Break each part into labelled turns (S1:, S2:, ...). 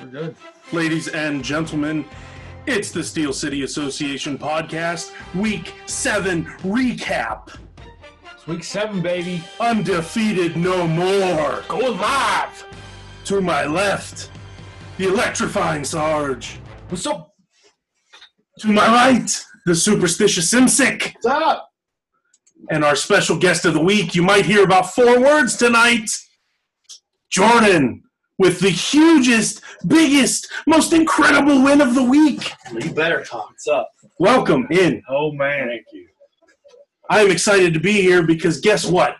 S1: We're good.
S2: Ladies and gentlemen, it's the Steel City Association podcast, week seven recap.
S1: It's week seven, baby.
S2: Undefeated no more.
S1: Go live.
S2: To my left, the electrifying Sarge.
S1: What's up?
S2: To my right, the superstitious Simsic.
S1: What's up?
S2: And our special guest of the week, you might hear about four words tonight Jordan, with the hugest, biggest, most incredible win of the week.
S3: You better talk. What's up?
S2: Welcome in.
S3: Oh man, thank you.
S2: I am excited to be here because guess what?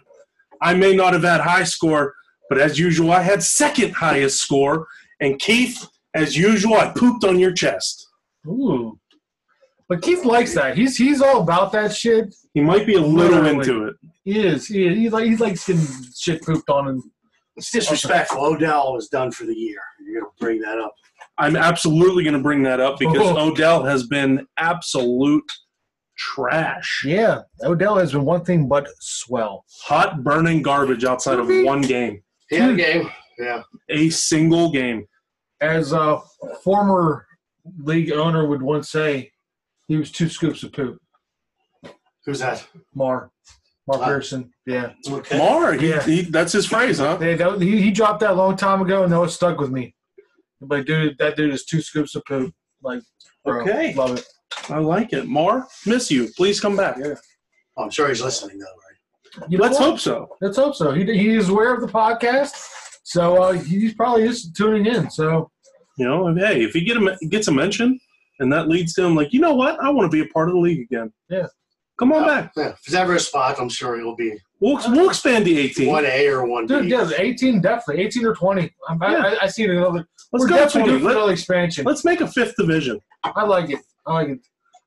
S2: I may not have had high score, but as usual, I had second highest score. And Keith, as usual, I pooped on your chest.
S1: Ooh. But Keith likes that. He's he's all about that shit.
S2: He might be a little
S1: Literally.
S2: into it.
S1: He is. He is. He's like he likes getting shit pooped on him.
S3: It's disrespectful. Odell is done for the year. You're gonna bring that up.
S2: I'm absolutely going to bring that up because
S1: Oh.
S2: Odell has been absolute trash.
S1: Yeah. Odell has been one thing but swell.
S2: Hot, burning garbage outside of one game,
S3: He had a game. Yeah.
S2: a single game.
S1: As a former league owner would once say, he was two scoops of poop.
S3: Who's that?
S1: Mar. Mar
S3: Wow.
S1: Pearson. Yeah.
S3: Okay.
S2: Mar, he,
S1: Yeah.
S2: he, that's his phrase, huh?
S1: They, that, he, he dropped that a long time ago, and that was stuck with me. But dude, that dude is two scoops of poop. Like, bro,
S2: Okay.
S1: love it.
S2: I like it. Mar, miss you. Please come back.
S1: Yeah.
S3: Oh, I'm sure he's listening though, right?
S1: You know
S2: Let's
S1: what?
S2: hope so.
S1: Let's hope so. He, he is aware of the podcast, so uh, he's probably just tuning in. So
S2: You know, and hey, if he get a, gets a mention and that leads to him, like, you know what? I want to be a part of the league again.
S1: Yeah.
S2: Come on back.
S3: Yeah. If there's ever a spot, I'm sure he'll be
S2: We'll, we'll expand the 18.
S3: one A or one B.
S1: dude, yeah, 18 definitely, 18 or 20. I'm, I, I, I see it in another.
S2: Let's
S1: we're
S2: go
S1: definitely
S2: 20.
S1: good for
S2: Let,
S1: another expansion.
S2: us make a fifth division.
S1: I like it. I like it.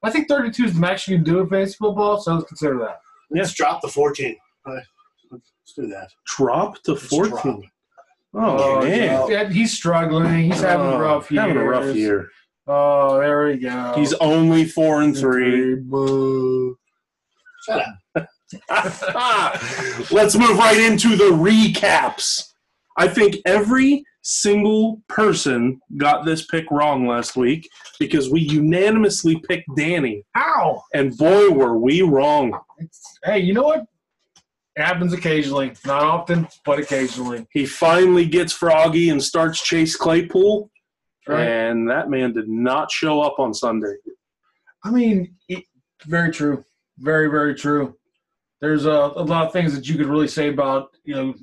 S1: I think 32 is the max you can do in fantasy football, so let's consider that.
S3: Let's drop the 14. All right. Let's do that.
S2: Drop to
S3: drop.
S2: 14. Oh,
S3: Oh,
S2: man.
S3: no.
S1: Yeah, he's struggling. He's having a
S2: Oh,
S1: rough year.
S2: having a rough year.
S1: Oh, there we go.
S2: He's only four and three.
S1: Boo.
S3: Shut up.
S2: Let's move right into the recaps. I think every single person got this pick wrong last week because we unanimously picked Danny.
S1: Ow!
S2: And boy, were we wrong.
S1: Hey, you know what? It happens occasionally. Not often, but occasionally.
S2: He finally gets froggy and starts Chase Claypool,
S1: Right?
S2: and that man did not show up on Sunday.
S1: I mean, it, very true. Very, very true. There's a, a lot of things that you could really say about you know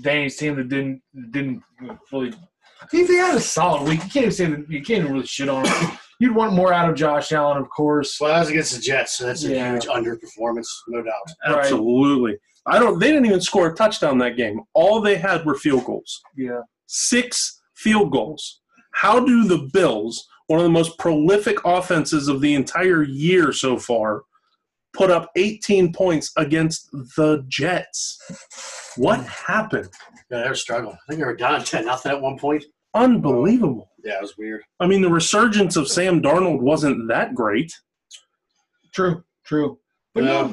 S1: Danny's team that didn't didn't really. I mean, they had a solid week. You can't even say that. You can't even really shit on them. You'd want more out of Josh Allen, of course.
S3: Well, that was against the Jets, so that's a
S1: Yeah.
S3: huge underperformance, no doubt.
S1: Right.
S2: Absolutely. I don't. They didn't even score a touchdown that game. All they had were field goals.
S1: Yeah.
S2: Six field goals. How do the Bills, one of the most prolific offenses of the entire year so far, put up 18 points against the Jets? What happened?
S3: Yeah, they were struggling. I think they were down 10 nothing at one point.
S2: Unbelievable.
S3: Yeah, it was weird.
S2: I mean, the resurgence of Sam Darnold wasn't that great.
S1: True, true. But no-
S3: Yeah.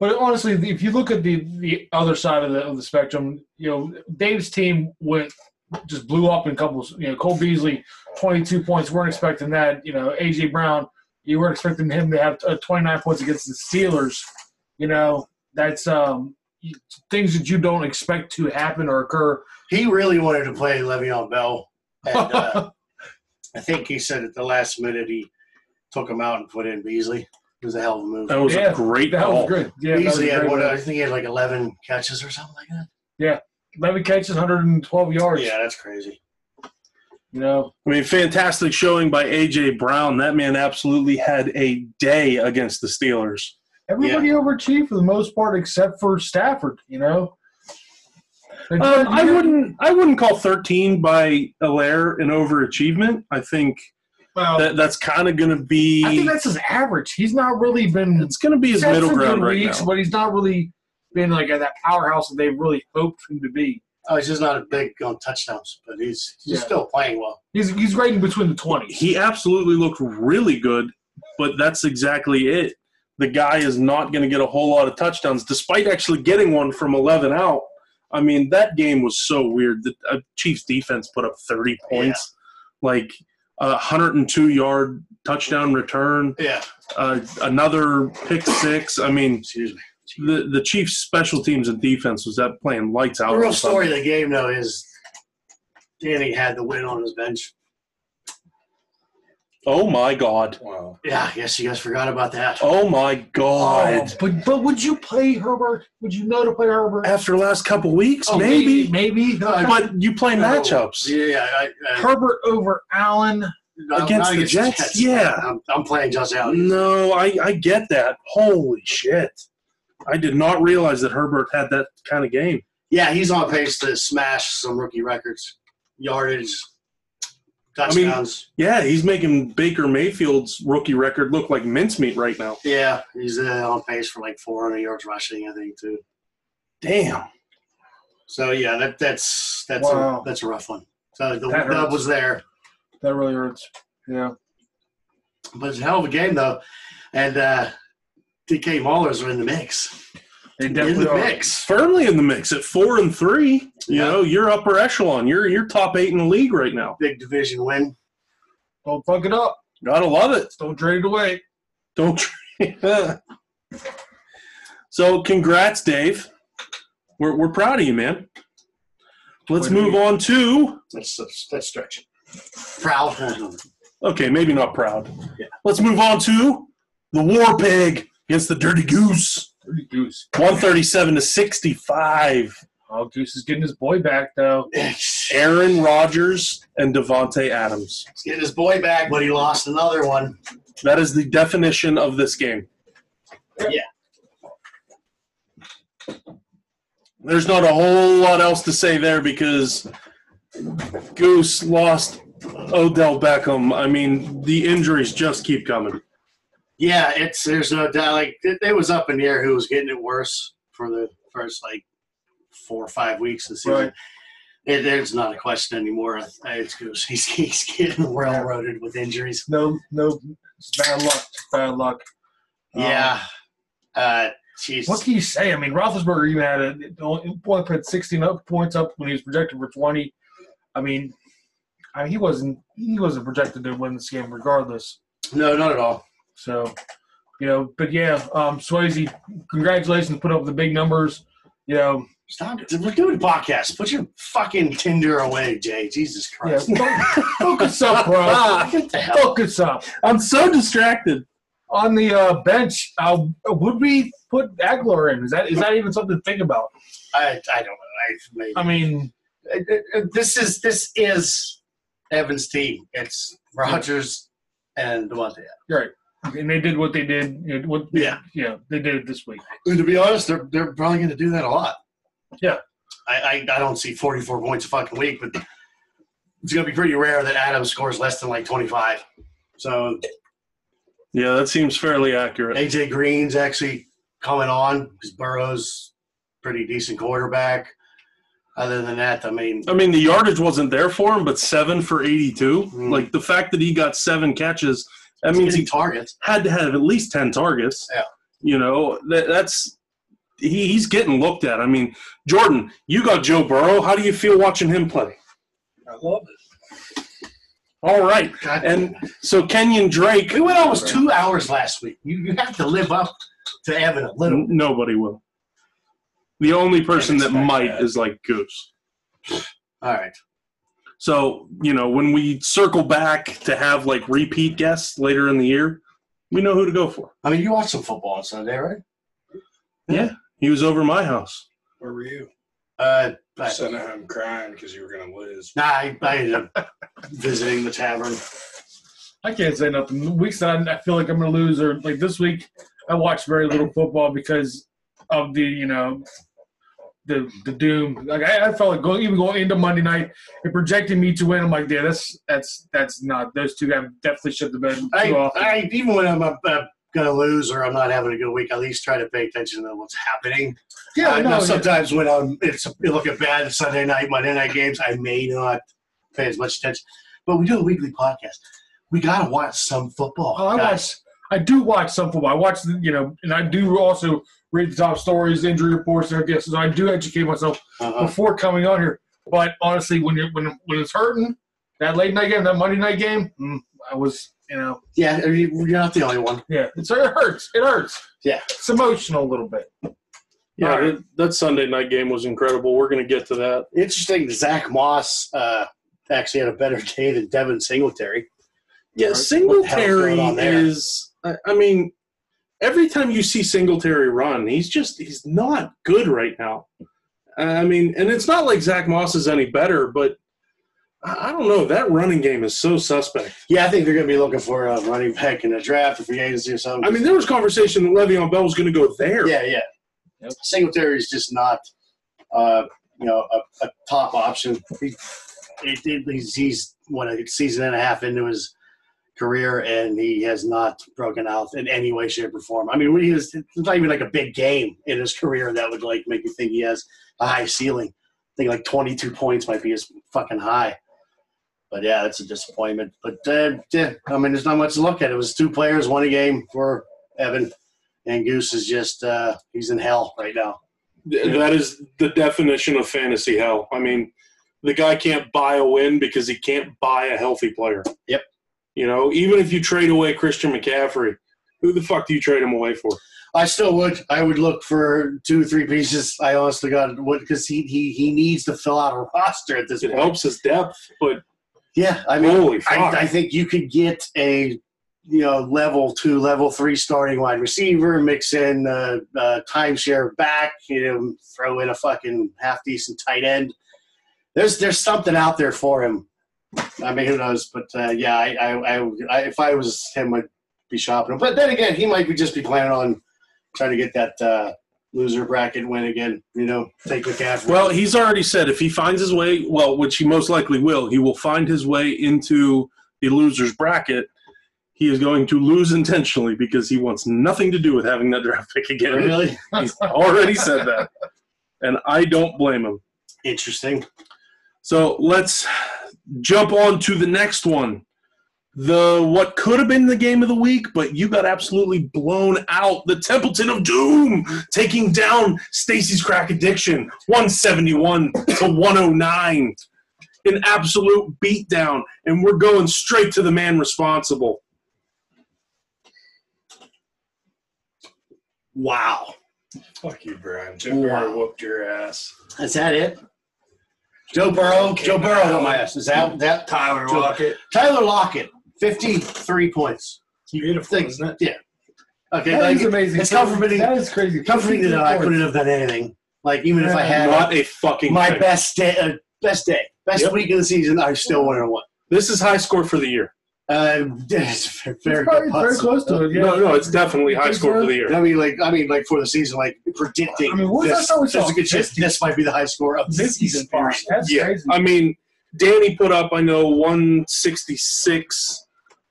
S1: but honestly, if you look at the the other side of the of the spectrum, you know, Dave's team went just blew up in a couple. Of, you know, Cole Beasley, twenty two points. weren't expecting that. You know, AJ Brown, you weren't expecting him to have uh, twenty nine points against the Steelers. You know, that's um you- things that you don't expect to happen or occur.
S3: He really wanted to play Le'Veon Bell. And, uh, I think he said at the last minute he took him out and put in Beasley. It was a hell of a move.
S2: That was
S1: Yeah,
S2: a great
S1: that
S2: call.
S1: was good. Yeah, that was
S3: Beasley had
S1: great.
S3: one. I think he had like 11 catches or something like that.
S1: eleven catches, hundred and twelve yards.
S3: Yeah, that's crazy.
S1: You know,
S2: I mean, fantastic showing by AJ Brown. That man absolutely had a day against the Steelers.
S1: Everybody overachieved for the most part, except for Stafford. You know, And-
S2: Um, I wouldn't. I wouldn't call 13 by Allaire an overachievement. I think
S1: Well,
S2: that that's kind of going to
S1: I think
S2: be.
S1: that's his average. He's not really been.
S2: It's going to be his
S1: he's had
S2: middle
S1: some good
S2: ground right
S1: weeks,
S2: now.
S1: but he's not really been like at that powerhouse that they really hoped him to be.
S3: Oh, he's just not a big on touchdowns, but he's, he's
S1: Yeah.
S3: still playing well.
S1: He's he's right in between the twenties.
S2: He absolutely looked really good, but that's exactly it. the guy is not going to get a whole lot of touchdowns, despite actually getting one from 11 out. I mean, that game was so weird. The uh, Chiefs defense put up 30 points, like a 102 yard touchdown return,
S3: Yeah.
S2: uh, another pick six. I mean,
S3: Excuse me.
S2: the the Chiefs' special teams and defense was that playing lights out.
S3: The real
S2: on Sunday.
S3: story of the game, though, is Danny had the win on his bench.
S2: Oh my god!
S4: Wow.
S3: Yeah, I guess you guys forgot about that.
S2: Oh my
S1: Oh,
S2: god!
S1: but but would you play Herbert? Would you know to play Herbert?
S2: Oh. After last couple weeks,
S1: Oh,
S2: Uh, maybe,
S1: maybe.
S2: But you play matchups.
S3: Yeah, Oh, yeah. I, I,
S1: Herbert over Allen.
S3: not-
S2: Against
S3: not
S2: the Jets? Yeah. Mm.
S3: I'm, I'm playing just out.
S2: No, I, I get that. Holy shit! I did not realize that Herbert had that kind of game.
S3: Yeah, he's on pace to smash some rookie records, yardage,
S2: mean-
S3: touchdowns.
S2: Yeah, he's making Baker Mayfield's rookie record look like mincemeat right now.
S3: yeah, he's uh, on pace for like 400 yards rushing, I think, too.
S2: Damn.
S3: So yeah, that that's that's
S1: Wow.
S3: a, that's a rough one. So the
S1: That
S3: dub
S1: hurts.
S3: was there,
S1: That really hurts. Yeah.
S3: but it's a hell of a game though, and uh, DK Maulers are in the mix.
S1: They
S3: In
S1: definitely
S3: the
S1: are.
S3: mix.
S2: Firmly in the mix at four and three. You
S3: Yeah.
S2: know, you're upper echelon. You're you're top eight in the league right now.
S3: Big division win.
S1: Don't fuck it up.
S2: Gotta love it.
S1: Don't trade it away.
S2: Don't. so, congrats, Dave. We're, we're proud of you, man. Let's
S1: What do
S2: move
S1: you-
S2: on to.
S3: That's that's, that's stretch. Proud.
S2: Okay, maybe not proud.
S3: Yeah.
S2: Let's move on to the War Pig against the Dirty Goose.
S1: Dirty Goose.
S2: 137 to 65.
S1: Oh, Goose is getting his boy back though.
S3: He's
S2: Aaron Rodgers and Devontae Adams.
S3: getting his boy back, but he lost another one.
S2: That is the definition of this game.
S3: Yeah.
S2: There's not a whole lot else to say there because Goose lost Odell Beckham. I mean, the injuries just keep coming.
S3: Yeah, it's there's no doubt. Like it, it was up in the air who was getting it worse for the first like four or five weeks of the season.
S1: Right.
S3: It, there's not a question anymore. It's Goose. He's, he's getting railroaded with injuries.
S1: No, no, it's bad luck. It's bad luck. Um,
S3: Yeah. Uh, geez.
S1: What can you say? I mean, Roethlisberger even had a only only put 16 up points up when he was projected for 20. I mean, I mean, he wasn't he wasn't projected to win this game regardless.
S3: No, not at all.
S1: So, you know, but yeah, um, Swayze, congratulations, put up the big numbers. You know,
S3: Stop it. We're doing a podcast. Put your fucking Tinder away, Jay. Jesus
S1: yeah,
S3: Christ.
S1: fo- focus up, bro.
S2: Ah,
S3: What the hell?
S1: Focus up.
S2: I'm so distracted.
S1: On the uh, bench, uh, would we put Aguilar in? Is that is that even something to think about?
S3: I, I don't know. I, maybe.
S1: I mean,
S3: Um, Uh, uh, uh, this is this is Evans' team. It's Rogers and Devontae.
S1: and they did what they did. You know, what,
S3: Yeah.
S1: yeah, they did it this week.
S3: And to be honest, they're they're probably going to do that a lot.
S1: Yeah.
S3: I, I I don't see 44 points a fucking week, but it's going to be pretty rare that Adams scores less than like 25. So
S2: Yeah, that seems fairly accurate.
S3: AJ Green's actually coming on because Burrow's pretty decent quarterback. Other than that, I mean,
S2: I mean, the yardage wasn't there for him, but seven for 82.
S3: Mm.
S2: Like the fact that he got seven catches, that
S3: I
S2: means
S3: mean,
S2: he
S3: targets.
S2: had to have at least 10 targets.
S3: Yeah.
S2: You know, that, that's he, he's getting looked at. I mean, Jordan, you got Joe Burrow. How do you feel watching him play?
S3: I love it.
S2: All right.
S3: God,
S2: And so Kenyon Drake,
S3: we went almost two hours last week. You, you have to live up to Evan a
S2: n-
S3: little.
S2: nobody will. The only person that
S3: expect
S2: might
S3: that.
S2: is like Goose.
S3: All right.
S2: So, you know, when we circle back to have like repeat guests later in the year, we know who to go for.
S3: I mean, you watched some football on Sunday, right?
S2: He was over my house.
S4: Where were you?
S3: Uh,
S4: I
S3: but,
S4: sent home crying because you were going to lose.
S3: nah, I, I ended up visiting the tavern.
S1: I can't say nothing. The weeks that I, I feel like I'm going to lose, or like this week, I watched very little football because of the you know the the doom. Like I, I felt like going even going into Monday night, it projected me to win. I'm like, yeah, that's that's that's not. Those two have definitely shit the bed. Too
S3: I,
S1: often.
S3: I even when I'm uh, uh, going to lose or I'm not having a good week, I at least try to pay attention to what's happening.
S1: yeah,
S3: I
S1: no,
S3: know
S1: yeah.
S3: sometimes when I'm, it's you're looking bad at Sunday night, Monday night games, I may not pay as much attention. But we do a weekly podcast. We gotta watch some football.
S1: Oh, I
S3: guys.
S1: watched I do watch some football. I watch, the- you know, and I do also read the top stories, injury reports, and everything. else. So I do educate myself
S3: Uh-huh.
S1: before coming on here. But honestly, when you're when when it's hurting, that late night game, that Monday night game, mm, I was, you know,
S3: Yeah, I mean, you're not the only one.
S1: yeah, it's, it hurts. It hurts.
S3: Yeah.
S1: it's emotional a little bit.
S2: Yeah,
S1: All right.
S2: that, that Sunday night game was incredible. We're going to get to that.
S3: Interesting. Zach Moss uh, actually had a better day than Devin Singletary.
S2: Yeah,
S3: Right. What the hell's
S2: Singletary
S3: going on there?
S2: is. I, I mean, every time you see Singletary run, he's just he's not good right now. I mean, and it's not like Zach Moss is any better, but I I don't know. That running game is so suspect.
S3: Yeah, I think they're going to be looking for a running back in the draft, a free agency or something.
S2: I mean, there was conversation that Le'Veon Bell was going to go there.
S3: yeah, yeah.
S1: Yep.
S3: Singletary is just not, uh, you know, a, a top option. He, it, it- he's, he's what a season and a half into his career, and he has not broken out in any way, shape, or form. I mean, when he was it's not even like a big game in his career that would like make you think he has a high ceiling. I think like 22 points might be his fucking high. But yeah, that's a disappointment. But uh, yeah, I mean, there's not much to look at. It was two players, one a game for Evan and Goose is just uh, he's in hell right now.
S2: Th- That is the definition of fantasy hell. I mean, the guy can't buy a win because he can't buy a healthy player.
S3: Yep.
S2: You know, even if you trade away Christian McCaffrey, who the fuck do you trade him away for?
S3: I still would. I would look for two, three pieces. I honestly got would because he, he he needs to fill out a roster at this
S2: It
S3: point.
S2: helps his depth, but
S3: Yeah, I mean,
S2: holy fuck.
S3: I, I think you could get a you know level two, level three starting wide receiver, mix in uh, uh, timeshare back, you know, throw in a fucking half decent tight end. There's there's something out there for him. I mean, who knows? But uh, yeah, I, I, I, I if I was him, I'd be shopping him. But then again, he might be just be planning on trying to get that uh, loser bracket win again. You know, take McCaffrey.
S2: well, he's already said if he finds his way, well, which he most likely will, he will find his way into the loser's bracket. He is going to lose intentionally because he wants nothing to do with having that draft pick again.
S3: really
S2: He's already said that. And I don't blame him.
S3: interesting.
S2: So let's jump on to the next one. The what could have been the game of the week, but you got absolutely blown out. The Templeton of Doom taking down Stacy's crack addiction, 171 to 109. An absolute beatdown, and we're going straight to the man responsible.
S3: Wow,
S4: Fuck you, Brian. Joe Burrow
S3: Wow.
S4: whooped your ass.
S3: is that it? Joe Burrow. Joe Burrow got my ass. Is that that
S4: Tyler
S3: Joe-
S4: Lockett.
S3: Tyler Lockett, fifty-three points.
S4: Beautiful,
S3: Think-
S4: isn't it?
S3: Okay,
S1: That
S3: like,
S1: is amazing.
S3: It's comforting.
S1: That is crazy.
S3: Comforting that I
S1: 54.
S3: couldn't have done anything. Like even if I had
S2: What a fucking
S3: my
S2: thing.
S3: best day, uh, best day, best
S2: Yep.
S3: week of the season, I still wouldn't have won.
S2: This is high score for the year.
S3: Uh, it's very,
S1: It's
S3: very
S1: probably
S3: good
S1: very
S3: putts.
S1: close to it. Yeah.
S2: No, no, it's definitely high
S1: Think
S2: score
S1: so?
S2: for the year.
S3: I mean, like I mean, like for the season, like predicting.
S1: I mean, what was that
S3: this,
S1: song we
S3: there's
S1: saw?
S3: a good chance this might be the high score of the
S1: This is
S3: season.
S1: fine. That's
S2: Yeah.
S1: crazy.
S2: I mean, Danny put up, I know, 166.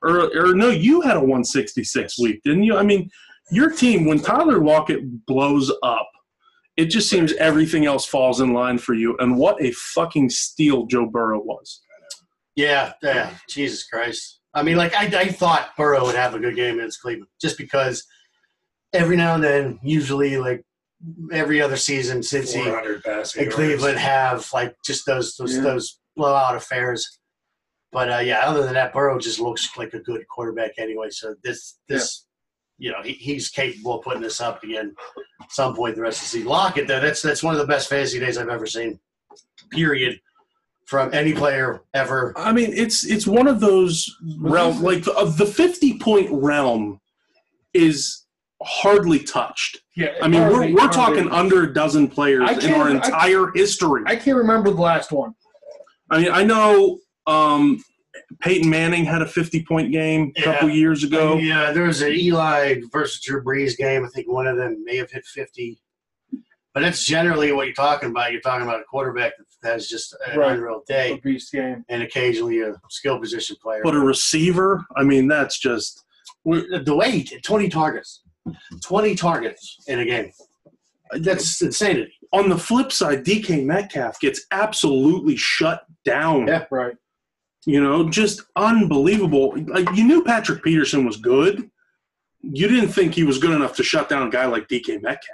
S2: Or, or no, you had a 166 week, didn't you? I mean, your team, when Tyler Lockett blows up, it just seems everything else falls in line for you. And what a fucking steal Joe Burrow was.
S3: Yeah, yeah. Jesus Christ. I mean, like I, I thought Burrow would have a good game against Cleveland, just because every now and then, usually like every other season, since he
S4: 400 passing
S3: and
S4: yards.
S3: Cleveland have like just those those,
S2: Yeah.
S3: those blowout affairs. But uh, yeah, other than that, Burrow just looks like a good quarterback anyway. So this this you know he, he's capable of putting this up again at some point the rest of the season. Lockett though, that's that's one of the best fantasy days I've ever seen. Period. From any player ever.
S2: I mean, it's it's one of those realm like of the 50 point realm is hardly touched.
S1: yeah,
S2: I mean, we're,
S1: hardly-
S2: we're
S1: hardly.
S2: talking under a dozen
S1: I
S2: players in
S1: can't-
S2: our
S1: I-
S2: entire history.
S1: I can't remember the last one.
S2: I mean, I know um, Peyton Manning had a 50 point game a couple years ago.
S3: Yeah, there was an Eli versus Drew Brees game. I think one of them may have hit 50. But that's generally what you're talking about. You're talking about a quarterback that has just an
S1: Right.
S3: unreal day.
S1: A beast game.
S3: and occasionally a skill position player.
S2: But a receiver, I mean, that's just.
S3: But the way he did, 20 targets, 20 targets in a game. That's insanity.
S2: On the flip side, DK Metcalf gets absolutely shut down.
S3: Yeah.
S1: Right.
S2: You know, just unbelievable. Like, you knew Patrick Peterson was good, you didn't think he was good enough to shut down a guy like DK Metcalf.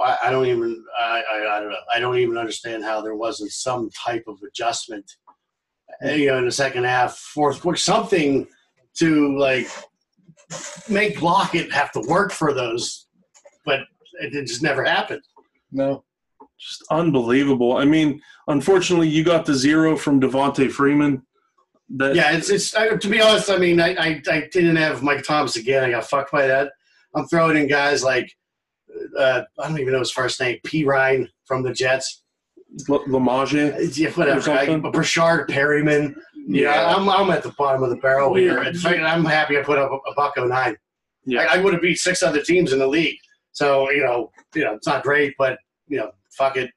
S3: I, I don't even I, I, I don't know I don't even understand how there wasn't some type of adjustment, uh, you know, in the second half, fourth quarter, something to like make Lockett have to work for those, but it it just never happened.
S1: No.
S2: Just unbelievable. I mean, unfortunately, you got the zero from Devontae Freeman. That,
S3: Yeah, it's it's I, to be honest. I mean, I, I I didn't have Mike Thomas again. I got fucked by that. I'm throwing in guys like uh, I don't even know his first name, P Ryan from the Jets.
S2: L- Lamage.
S3: Yeah, whatever. I,
S2: something.
S3: Brashard Perryman. Yeah, I'm, I'm at the bottom of the barrel here. In fact, I'm happy I put up a, a buck oh nine.
S2: Yeah.
S3: I, I would have beat six other teams in the league. So you know, you know, it's not great, but you know, fuck it.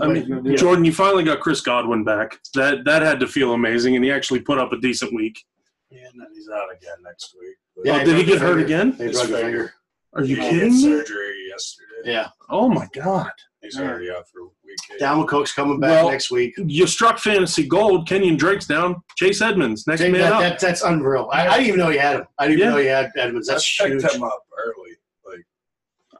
S2: I mean, Jordan, you finally got Chris Godwin back. That that had to feel amazing, and he actually put up a decent week.
S4: Yeah, and then he's out again next week. But
S3: Yeah,
S2: oh,
S3: he
S2: did he
S3: broke
S2: get
S3: his
S2: hurt
S3: finger.
S2: again?
S3: They
S4: His
S3: broke a
S4: finger.
S3: finger.
S2: Are you
S4: he had
S2: kidding me?
S4: Surgery yesterday.
S3: Yeah,
S2: Oh my god!
S4: He's already out for a week.
S3: Dalvin Cook's coming back
S2: Well,
S3: next week.
S2: You struck fantasy gold. Kenyon Drake's down. Chase Edmonds next
S3: That,
S2: man up.
S3: that, that's unreal. I, I didn't even know he had him. I didn't
S2: Yeah.
S3: even know he had Edmonds.
S4: I
S3: That's
S4: picked
S3: huge.
S4: him up early.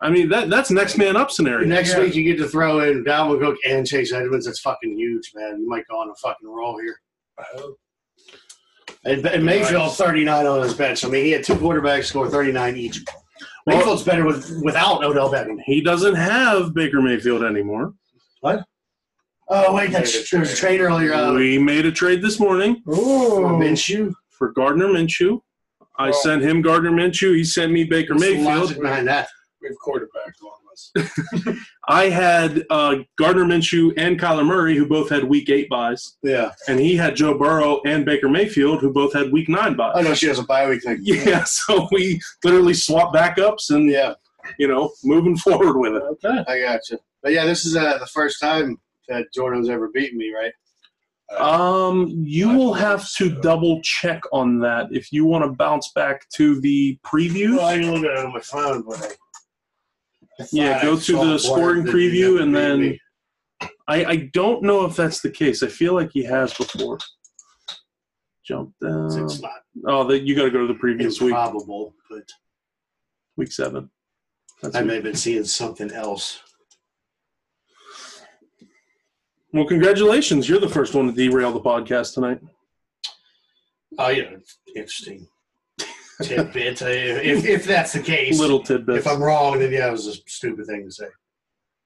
S2: I mean, that that's next man up scenario.
S3: Next
S1: Yeah.
S3: week you get to throw in Dalvin Cook and Chase Edmonds. That's fucking huge, man. You might go on a fucking roll here.
S4: I hope.
S3: And, and Mayfield 39 on his bench. I mean, he had two quarterbacks score 39 each.
S2: Well-
S3: Mayfield's better with without Odell Beckham.
S2: He doesn't have Baker Mayfield anymore.
S3: Oh wait, that's, there was a trade earlier. Uh,
S2: we made a trade this morning
S3: for
S1: Ooh.
S3: Minshew.
S2: for Gardner Minshew. I
S4: Well-
S2: sent him Gardner Minshew. He sent me Baker
S3: What's Oh. the
S2: Mayfield.
S3: logic behind that?
S4: We have quarterback on us.
S2: I had uh, Gardner Minshew and Kyler Murray, who both had Week Eight buys,
S3: Yeah.
S2: and he had Joe Burrow and Baker Mayfield, who both had Week Nine buys.
S3: Oh no, she has a bye week thing.
S2: Yeah, so we literally swap backups and
S3: Yeah,
S2: you know moving forward with it.
S1: Okay.
S3: I got you. But yeah, this is uh, the first time that Jordan's ever beaten me, right?
S2: Um, you
S4: I
S2: will
S4: believe
S2: have to
S4: so.
S2: double check on that if you want to bounce back to the previews.
S3: Well, I didn't look at it on my phone, but I- I
S2: Yeah,
S3: thought
S2: go
S3: I
S2: to
S3: saw
S2: the
S3: one
S2: scoring
S3: that he
S2: preview
S3: never
S2: and
S3: beat
S2: then-
S3: me.
S2: I, I don't know if that's the case. I feel like he has before. Jump down.
S3: it's not
S2: Oh, that you got to go to the previous week,
S3: improbable, but
S2: week seven. That's
S3: I
S2: it.
S3: may have been seeing something else.
S2: well, congratulations! You're the first one to derail the podcast tonight.
S3: Oh yeah, interesting tidbit. uh, if if that's the case,
S2: Little tidbits.
S3: if I'm wrong, then yeah, it was a stupid thing to say.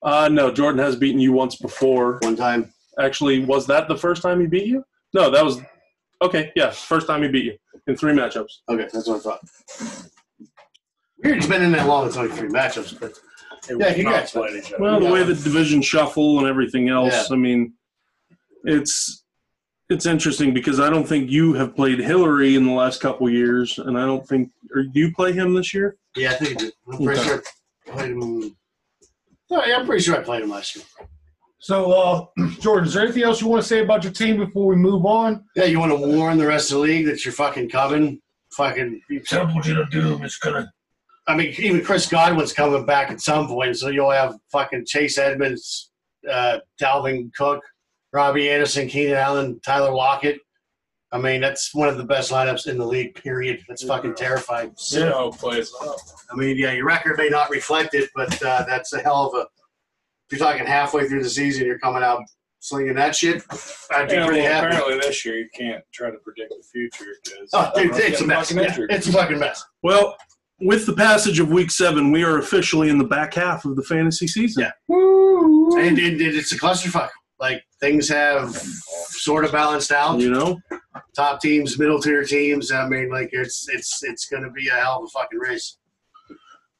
S2: Uh, no, Jordan has beaten you once before.
S3: One time,
S2: Actually, was that the first time he beat you? No, that was okay. Yeah, first time he beat you in three matchups.
S3: Okay, that's what I thought. Weird, he's been in that long. It's only three matchups, but yeah, congrats, buddy.
S2: Well, the way the division shuffle and everything else, I mean, it's it's interesting because I don't think you have played Hillary in the last couple years, and I don't think or do you play him this year?
S3: Yeah, I think he did. I'm pretty
S2: Okay.
S3: sure I played him. No, yeah, I'm pretty sure I played him last year.
S1: So, uh, Jordan, is there anything else you want to say about your team before we move on?
S3: Yeah, you want to warn the rest of the league that you're fucking coming. Fucking,
S1: you to do is gonna.
S3: I mean, even Chris Godwin's coming back at some point, so you'll have fucking Chase Edmonds, uh, Dalvin Cook, Robbie Anderson, Keenan Allen, Tyler Lockett. I mean, that's one of the best lineups in the league. Period. That's fucking terrifying.
S4: See how it plays out.
S3: I mean, yeah, your record may not reflect it, but uh, that's a hell of a. If you're talking halfway through the season, you're coming out slinging that shit. I'd be
S4: Yeah,
S3: pretty
S4: well,
S3: happy.
S4: apparently this year you can't try to predict the future because
S3: Oh, dude, it's a mess. Yeah, it's a fucking mess.
S2: Well, with the passage of Week Seven, we are officially in the back half of the fantasy season.
S3: And, and, and it's a clusterfuck. Like things have sort of balanced out.
S2: You know,
S3: Top teams, middle tier teams. I mean, like it's it's it's going to be a hell of a fucking race.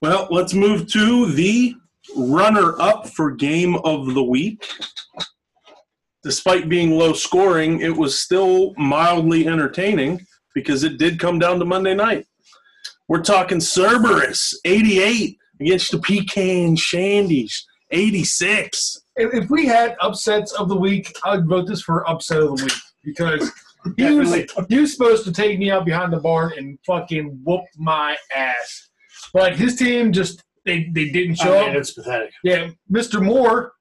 S2: Well, let's move to the runner up for game of the week. Despite being low scoring, it was still mildly entertaining because it did come down to Monday night. We're talking Cerberus 88 against the Pecan Shandies 86.
S1: If, if we had upsets of the week, I would vote this for upset of the week because he was, he was supposed to take me out behind the barn and fucking whoop my ass. Like his team just they, they didn't show
S3: I mean,
S1: up.
S3: it's pathetic.
S1: Yeah, Mr. Moore,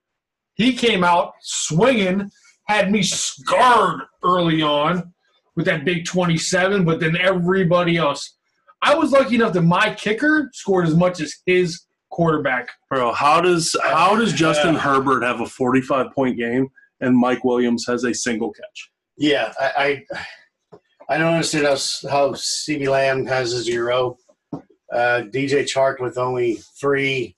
S1: he came out swinging, had me scarred early on with that big 27, but then everybody else. I was lucky enough that my kicker scored as much as his quarterback.
S2: Bro, how does how does Justin
S4: Yeah.
S2: Herbert have a 45 point game and Mike Williams has a single catch?
S3: Yeah, I I, I don't understand how s- how CeeDee Lamb has a zero, uh, DJ Chark with only three,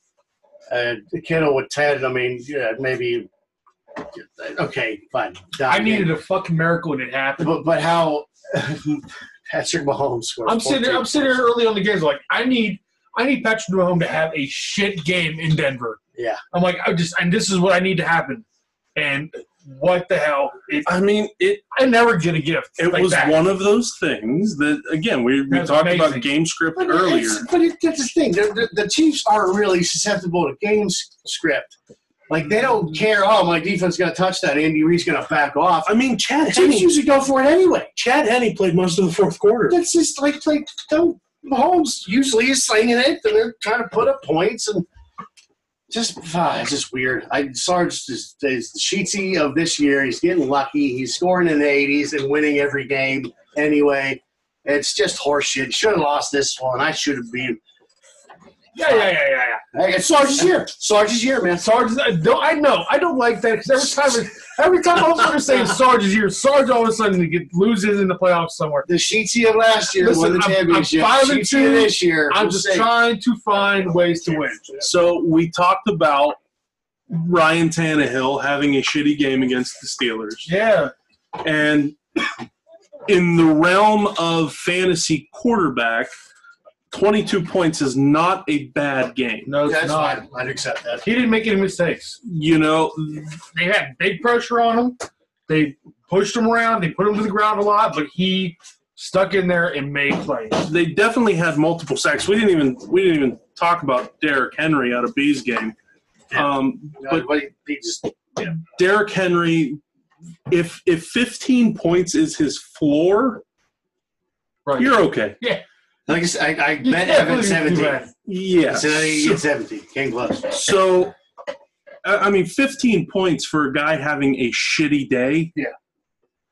S3: uh, Kittle with ten. I mean, yeah, maybe. Okay, fine.
S1: I needed a fucking miracle and it happened.
S3: but but how Patrick Mahomes scores?
S1: I'm sitting there,
S3: 14.
S1: I'm sitting there early on the games like I need I need Patrick Mahomes to have a shit game in Denver.
S3: Yeah.
S1: I'm like I just and this is what I need to happen. And what the hell? It,
S2: I mean, it
S1: I never get a gift.
S2: it
S1: like
S2: was
S1: that.
S2: one of those things that again we, we
S1: That's
S2: talked about
S1: amazing.
S2: game script
S3: But
S2: earlier.
S3: it's- but it, that's the thing. The, the, the Chiefs aren't really susceptible to game s- script. Like they don't care. Oh, my defense got a touchdown. Andy Reid's going to back off.
S2: I mean, Chad
S3: Chiefs
S2: Henne,
S3: usually go for it anyway.
S2: Chad Henne played most of the fourth quarter.
S3: That's just like like don't Mahomes usually is slinging it, and they're trying to put up points and just ah, it's just weird. I Sarge is, is the sheetsy of this year. He's getting lucky. He's scoring in the eighties and winning every game anyway. It's just horseshit. Should have lost this one. I should have been.
S1: Yeah, yeah, yeah, yeah,
S3: Hey, it's Sarge's year. Sarge's year,
S1: yeah.
S3: man.
S1: Sarge, I don't I know I don't like that because every time every time all of a sudden saying Sarge is here, Sarge all of a sudden get, loses in the playoffs somewhere.
S3: The sheetsy of last year
S1: Listen,
S3: won the
S1: I'm- I'm
S3: championship.
S1: five and
S3: sheetsy
S1: two.
S3: of this year.
S1: I'm
S3: we'll
S1: just
S3: see.
S1: trying to find ways to win.
S2: So we talked about Ryan Tannehill having a shitty game against the Steelers.
S1: Yeah,
S2: And in the realm of fantasy quarterback, 22 points is not a bad game.
S1: no, it's
S3: That's
S1: not.
S3: fine. I'd accept that.
S1: He didn't make any mistakes.
S2: You know,
S1: they had big pressure on him. They pushed him around. They put him to the ground a lot, but he stuck in there and made plays.
S2: they definitely had multiple sacks. We didn't even we didn't even talk about Derrick Henry out of B's game. Um, but
S3: But, but he just
S2: Derrick Henry, if if 15 points is his floor,
S1: Right.
S2: you're okay.
S3: like I, said, I, I
S1: You
S3: bet
S1: can't
S3: Evan
S1: believe you do
S3: seventeen.
S1: that.
S2: Yeah.
S3: So then he gets 70. Came close.
S2: So, I I mean, 15 points for a guy having a shitty day.
S1: Yeah.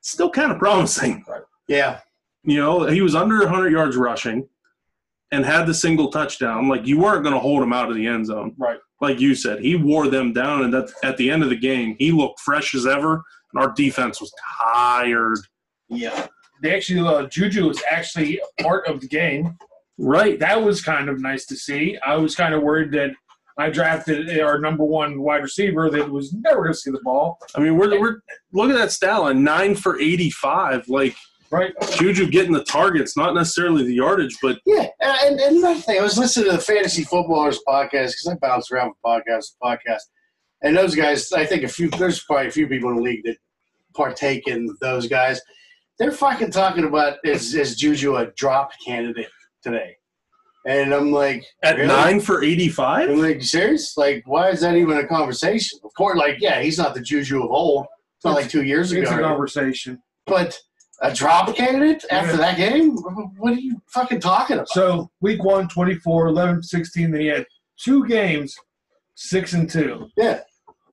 S2: Still kind of promising.
S3: Yeah.
S2: You know, he was under 100 yards rushing and had the single touchdown. Like, you weren't going to hold him out of the end zone.
S1: Right.
S2: Like you said, he wore them down. And that, at the end of the game, he looked fresh as ever. And our defense was tired.
S3: Yeah.
S1: They actually, uh, Juju was actually a part of the game.
S2: Right.
S1: That was kind of nice to see. I was kind of worried that I drafted our number one wide receiver that was never going to see the ball.
S2: I mean, we're, we're look at that stat line nine for 85. Like,
S1: Right.
S2: Juju getting the targets, not necessarily the yardage, but
S3: Yeah. And, and another thing, I was listening to the Fantasy Footballers podcast because I bounce around from podcast to podcast. And those guys, I think a few, there's probably a few people in the league that partake in those guys. They're fucking talking about is, is Juju a drop candidate today? And I'm like,
S2: at
S3: really?
S2: nine for 85?
S3: I'm like, you serious? Like, why is that even a conversation? Of course, like, yeah, he's not the Juju of old. It's not like two years ago.
S1: It's a
S3: or anything.
S1: conversation.
S3: But a drop candidate after
S1: Yeah.
S3: that game? What are you fucking talking about?
S1: So week one, 24, 11, 16, then he had two games, six and two.
S3: Yeah.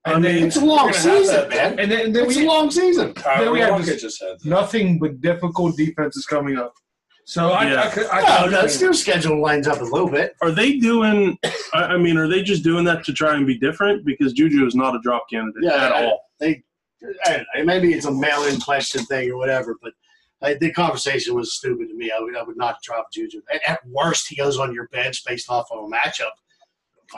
S1: And
S2: I
S1: then,
S2: mean-
S3: It's a long
S4: We're gonna have
S3: season,
S4: that,
S3: man.
S1: and then, and then
S3: It's a
S1: we
S3: long season.
S1: Then
S4: Tyler
S1: we have
S4: Lockett
S1: this-
S4: just had that.
S1: nothing but difficult defenses coming up. So I,
S2: Yeah.
S1: I, could, I
S3: No,
S1: could-
S3: no, their schedule lines up a little bit.
S2: Are they doing? I I mean, are they just doing that to try and be different? Because Juju is not a drop candidate
S3: Yeah,
S2: at
S3: I-
S2: all.
S3: They, I don't know, maybe it's a mail-in question thing or whatever, but I, the conversation was stupid to me. I would, I would not drop Juju. At, at worst, he goes on your bench based off of a matchup.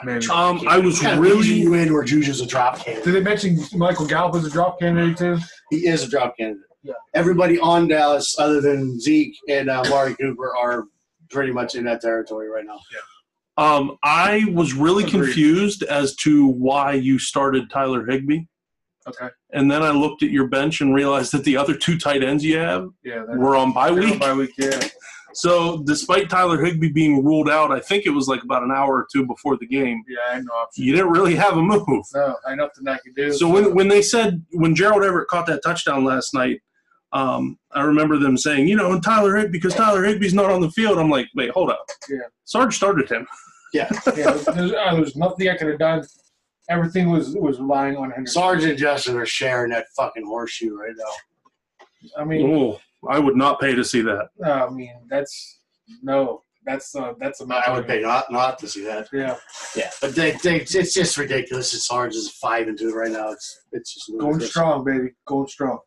S1: Maybe.
S2: Um, I was
S3: What kind of league
S2: really
S3: you in where Juju's a drop candidate.
S1: Did they mention Michael Gallup as a drop candidate too?
S3: He is a drop candidate.
S1: Yeah.
S3: Everybody on Dallas, other than Zeke and uh, Amari Cooper, are pretty much in that territory right now.
S2: um, I was really
S1: Agreed.
S2: confused as to why you started Tyler Higby,
S1: Okay.
S2: and then I looked at your bench and realized that the other two tight ends you have
S1: Yeah. That,
S2: were on bye week.
S1: By week, yeah.
S2: So despite Tyler Higby being ruled out, I think it was like about an hour or two before the game.
S1: Yeah, I had no option.
S2: You didn't really have a move.
S1: No, I had nothing I could do.
S2: So when, when they said when Gerald Everett caught that touchdown last night, um, I remember them saying, you know, and Tyler Higby because Tyler Higby's not on the field. I'm like, wait, hold up.
S1: Yeah.
S2: Sarge started him.
S1: yeah, there's, uh, there's nothing I could have done. Everything was was relying on Henderson.
S3: Sarge and Justin are sharing that fucking horseshoe right now.
S1: I mean, uh,
S2: Oh, I would not pay to see that.
S1: I mean that's no. that's uh, that's a
S3: I would pay not not to see that.
S1: Yeah,
S3: Yeah, but they, they, it's just ridiculous. It's hard as five and two right now. It's it's just
S1: going
S3: ludicrous.
S1: strong, baby, going strong.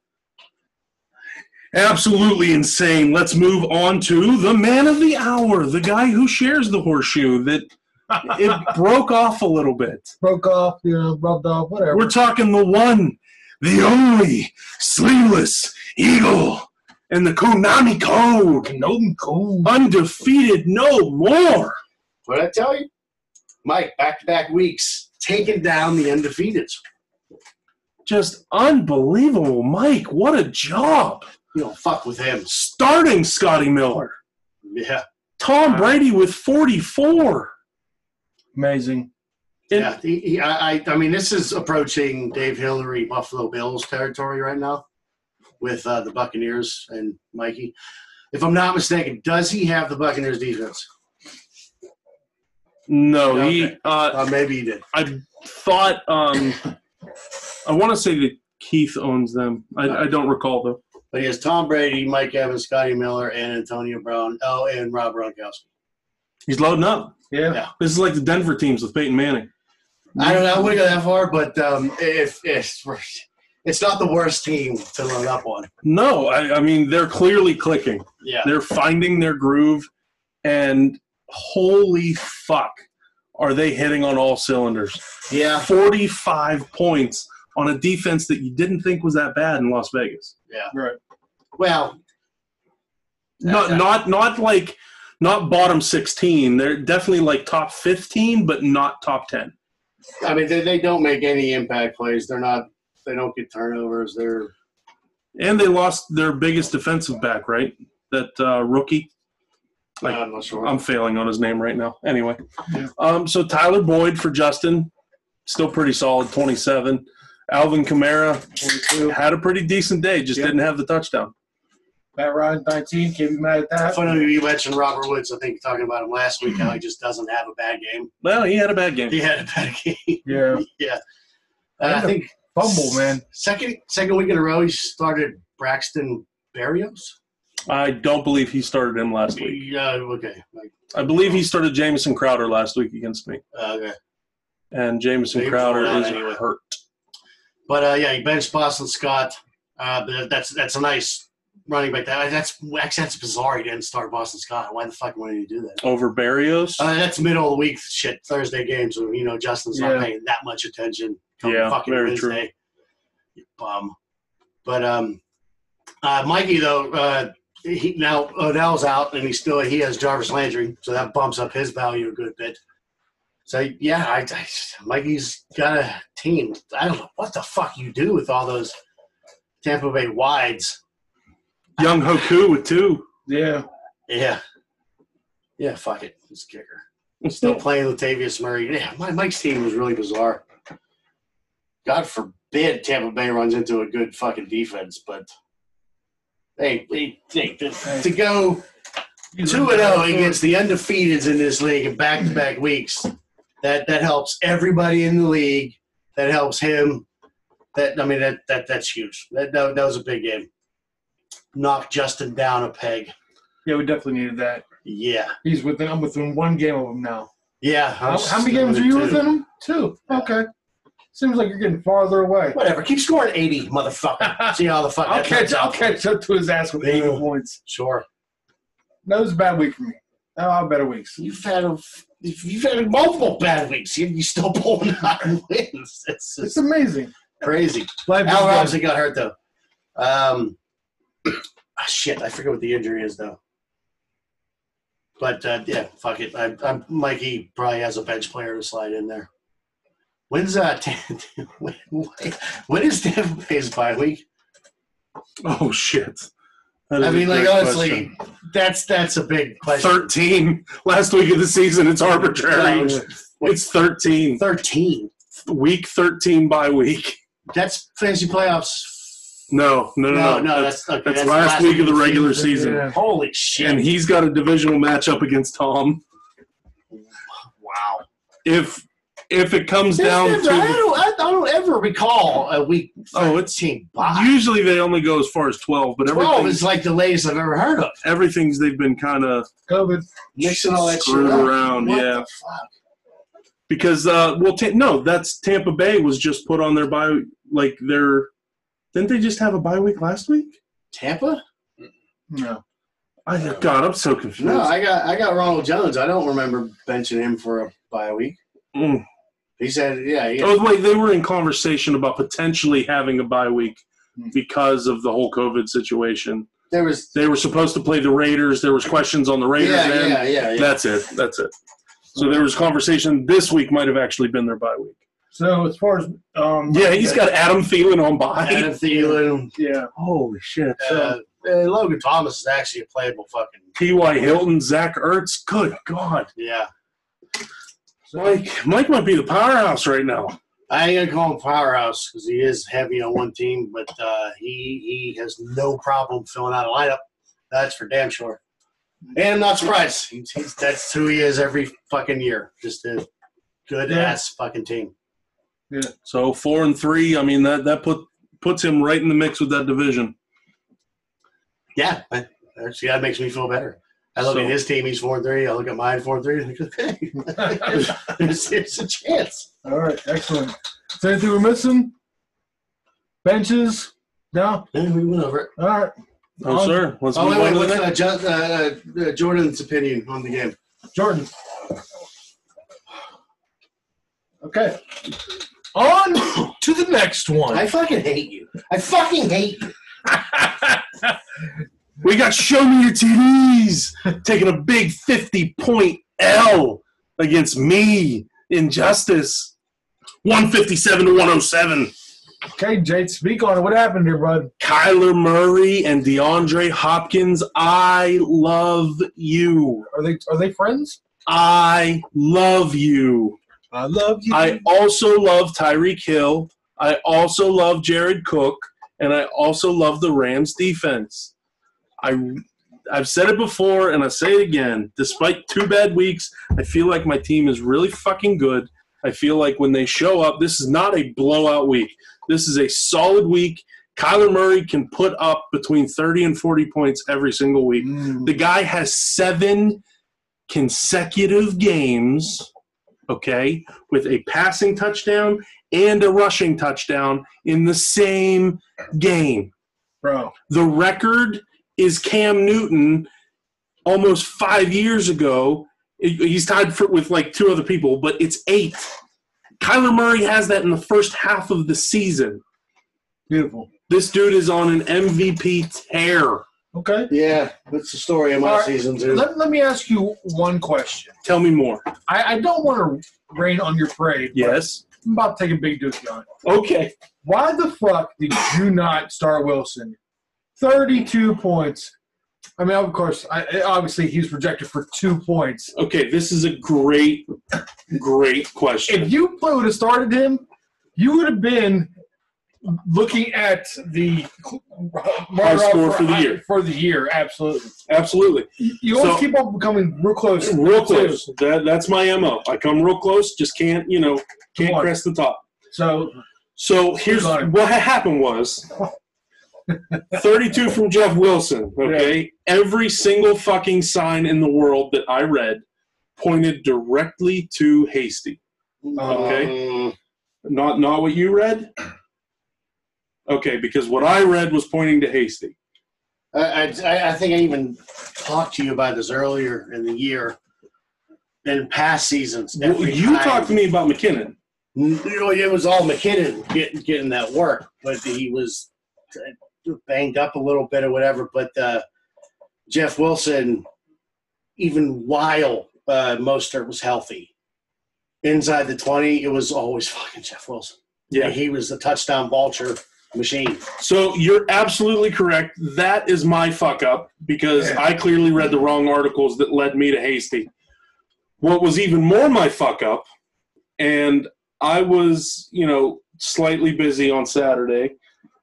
S2: Absolutely insane. Let's move on to the man of the hour, the guy who shares the horseshoe that it broke off a little bit.
S1: Broke off, you know, rubbed off, whatever.
S2: We're talking the one, the only sleeveless eagle and the Konami Code.
S1: Gnome cool.
S2: Undefeated no more.
S3: What I tell you, Mike, back to back weeks taking down the undefeateds.
S2: Just unbelievable, Mike. What a job.
S3: You don't fuck with him.
S2: Starting Scotty Miller.
S3: Yeah,
S2: Tom Brady with 44.
S1: Amazing.
S2: It-
S3: yeah. He, he, I, I, I mean, this is approaching Dave Hillary Buffalo Bills territory right now with uh, the Buccaneers and Mikey. If I'm not mistaken, does he have the Buccaneers defense?
S2: No, he
S3: Okay.
S2: uh,
S3: Uh, maybe he did.
S2: I thought um, I want to say that Keith owns them. I, I don't recall though.
S3: But he has Tom Brady, Mike Evans, Scotty Miller, and Antonio Brown. Oh, and Rob Gronkowski.
S2: He's loading up.
S1: Yeah.
S3: Yeah.
S2: This is like the Denver teams with Peyton Manning.
S3: I don't know. I wouldn't go that far, but um, if, if it's not the worst team to load up on.
S2: No, I, I mean they're clearly clicking.
S3: Yeah.
S2: They're finding their groove, and holy fuck, are they hitting on all cylinders?
S3: Yeah.
S2: Forty-five points on a defense that you didn't think was that bad in Las Vegas.
S3: Well,
S2: Not
S3: Yeah.
S2: not not like not bottom sixteen. They're definitely like top fifteen, but not top ten.
S3: I mean, they, they don't make any impact plays. They're not. They don't get turnovers. They're
S2: And they lost their biggest defensive back, right? That uh, rookie. Like,
S3: I'm not sure.
S2: I'm failing on his name right now. Anyway,
S1: Yeah.
S2: um, so Tyler Boyd for Justin, still pretty solid, 27. Alvin Kamara
S1: 22.
S2: had a pretty decent day, just
S1: Yeah.
S2: didn't have the touchdown.
S1: Matt Ryan, 19. Can't be mad at that.
S3: Funny you mentioned Robert Woods. I think talking about him last week how he just doesn't have a bad game.
S2: Well, he had a bad game.
S3: He had a bad game.
S1: Yeah.
S3: yeah. And I think
S1: Fumble, man.
S3: Second second week in a row, he started Braxton Berrios.
S2: I don't believe he started him last week.
S3: Yeah. Okay. Like,
S2: I believe he started Jamison Crowder last week against me,
S3: uh, okay.
S2: and Jamison
S3: Maybe
S2: Crowder
S3: not
S2: is
S3: anyway.
S2: hurt.
S3: But uh, yeah, he benched Boston Scott. Uh, but that's that's a nice running back. That, that's actually that's bizarre. He didn't start Boston Scott. Why the fuck would he do that?
S2: Over Barrios,
S3: Uh, that's middle of the week shit. Thursday games. where, You know, Justin's
S1: Yeah.
S3: not paying that much attention. Come
S2: Yeah,
S3: fucking
S2: very true.
S3: Wednesday. You Bum. But um, uh, Mikey though, uh, he now Odell's out, and he still he has Jarvis Landry, so that bumps up his value a good bit. So yeah, I, I Mikey's got a team. I don't know what the fuck you do with all those Tampa Bay wides.
S2: young Hoku with two.
S1: Yeah.
S3: Yeah, yeah, fuck it, it's kicker. Still playing Latavius Murray. Yeah, my Mike's team was really bizarre. God forbid Tampa Bay runs into a good fucking defense, but hey, they, they, to, to go two and oh, zero against the undefeateds in this league in back to back weeks, that that helps everybody in the league. That helps him. That I mean that that that's huge. That that, that was a big game. Knocked Justin down a peg.
S1: Yeah, we definitely needed that.
S3: Yeah,
S1: He's within. I'm within one game of him now.
S3: yeah.
S1: How, how many games are you within him? Two. Okay. Seems like you're getting farther away.
S3: Whatever. Keep scoring 80, motherfucker. See how the fuck
S1: I'll
S3: that
S1: catch.
S3: comes
S1: I'll
S3: out.
S1: catch up to his ass with eighty points.
S3: Sure.
S1: That was a bad week for me. Oh, I have better weeks.
S3: You've had a, you've had multiple bad weeks. You, you still pulling out wins. It's
S1: It's
S3: just
S1: amazing.
S3: crazy.
S1: Life
S3: Al
S1: is good.
S3: Robinson got hurt though. Um, ah, shit, I forget what the injury is though. But uh, yeah, fuck it. I, I'm Mikey probably has a bench player to slide in there. When's uh, when, when is Tampa Bay's bye week?
S2: Oh shit! That is
S3: I
S2: a
S3: mean, like
S2: great
S3: honestly,
S2: question.
S3: that's that's a big question.
S2: 13 last week of the season. It's arbitrary.
S3: No,
S2: It's 13.
S3: 13.
S2: Week 13 by week.
S3: That's fantasy playoffs.
S2: No, no, no, no.
S3: that's, okay,
S2: that's last week of the regular season.
S1: Yeah.
S3: Holy shit.
S2: And he's got a divisional matchup against Tom.
S3: wow.
S2: If if it comes
S3: There's
S2: down
S3: never- I,
S2: to
S3: don't, I don't ever recall a week
S2: Oh, it's-
S3: 13 bye.
S2: usually they only go as far as 12 but
S3: 12
S2: everything's,
S3: is like the latest I've ever heard of.
S2: everything's they've been kind of
S1: COVID.
S3: Mixing all that shit
S2: screwed
S3: up.
S2: around
S3: What
S2: yeah
S3: the fuck?
S2: because uh well ta- no that's tampa bay was just put on their bye like their didn't they just have a bye week last week
S3: Tampa?
S1: No.
S2: i god i'm so confused
S3: No, I got I got Ronald Jones. I don't remember benching him for a bye week.
S2: Mm.
S3: He said, yeah, yeah.
S2: Oh wait, they were in conversation about potentially having a bye week
S3: Hmm.
S2: because of the whole COVID situation.
S3: There was
S2: They were supposed to play the Raiders. There was questions on the Raiders.
S3: yeah,
S2: end.
S3: yeah, yeah, yeah.
S2: That's it. That's it. So there was conversation this week might have actually been their bye week.
S1: So as far as um,
S2: Yeah, he's got Adam Thielen on bye.
S3: Adam Thielen.
S1: yeah.
S2: Holy shit.
S3: Uh, uh, Logan Thomas is actually a playable fucking.
S2: T.Y. Hilton, Zach Ertz. Good God.
S3: Yeah.
S2: Mike Mike might be the powerhouse right now.
S3: I ain't gonna call him powerhouse because he is heavy on one team, but uh, he he has no problem filling out a lineup. That's for damn sure. And I'm not surprised. He's, he's, that's who he is every fucking year. Just a good ass fucking team.
S2: So four and three, I mean that that put puts him right in the mix with that division.
S3: Yeah, but actually that makes me feel better. I look
S2: So-
S3: at his team, he's four and three. I look at mine, four and three. and I go, hey, there's, there's a chance.
S1: All right, excellent. Is there anything we're missing? Benches? No.
S3: Then we went over it.
S1: All right.
S2: Oh,
S1: Um,
S2: sir. Let's
S3: Oh
S2: move
S3: wait,
S2: on
S3: wait.
S2: to the
S3: What's
S2: next.
S3: uh, Ju- uh, uh, Jordan's opinion on the game?
S1: Jordan. Okay. On to the next one.
S3: I fucking hate you. I fucking hate you.
S2: we got Show Me Your TVs taking a big 50 point L against me, Injustice. 157 to 107.
S1: Okay, Jade, speak on it. What happened here, bud?
S2: Kyler Murray and DeAndre Hopkins, I love you.
S1: Are they are they friends?
S2: I love you.
S1: I love you.
S2: I also love Tyreek Hill. I also love Jared Cook, and I also love the Rams defense. I I've said it before and I say it again. Despite two bad weeks, I feel like my team is really fucking good. I feel like when they show up, this is not a blowout week. This is a solid week. Kyler Murray can put up between 30 and 40 points every single week.
S1: Mm.
S2: The guy has seven consecutive games, okay, with a passing touchdown and a rushing touchdown in the same game.
S1: bro.
S2: The record is Cam Newton almost five years ago. He- He's tied for, with like two other people, but it's eight. Kyler Murray has that in the first half of the season.
S1: Beautiful.
S2: This dude is on an MVP tear.
S1: Okay.
S3: Yeah, that's the story of my
S1: All right.
S3: season too.
S1: Let, let me ask you one question.
S2: Tell me more.
S1: I, I don't want to rain on your parade. but
S2: Yes.
S1: I'm about to take a big dookie on it.
S2: Okay.
S1: Why the fuck did you not start Wilson? 32 points. I mean, of course, I, I- obviously he's projected for two points.
S2: Okay, this is a great, great question.
S1: If you would have started him, you would have been looking at the high
S2: score for the year.
S1: For the year, absolutely.
S2: Absolutely.
S1: You always
S2: So-
S1: keep on coming real close.
S2: Real close. That, that's my MO. I come real close, just can't, you know,
S1: Come
S2: can't
S1: on.
S2: crest the top.
S1: So,
S2: So here's
S1: Got it.
S2: what had happened was 32 from Jeff Wilson, okay? Every single fucking sign in the world that I read pointed directly to Hasty. okay.
S3: Um,
S2: Not not what you read? Okay, because what I read was pointing to Hasty.
S3: I, I, I think I even talked to you about this earlier in the year. In past seasons,
S2: Well,
S3: every
S2: you
S3: time-
S2: talked to me about McKinnon.
S3: You know, it was all McKinnon getting getting that work, but he was banged up a little bit or whatever. But uh, Jeff Wilson, even while uh, Mostert was healthy, inside the twenty, it was always fucking Jeff Wilson. Yeah, he was the touchdown vulture machine.
S2: So you're absolutely correct. That is my fuck up because
S1: Yeah.
S2: I clearly read the wrong articles that led me to Hasty. What was even more my fuck up, and I was, you know, slightly busy on Saturday,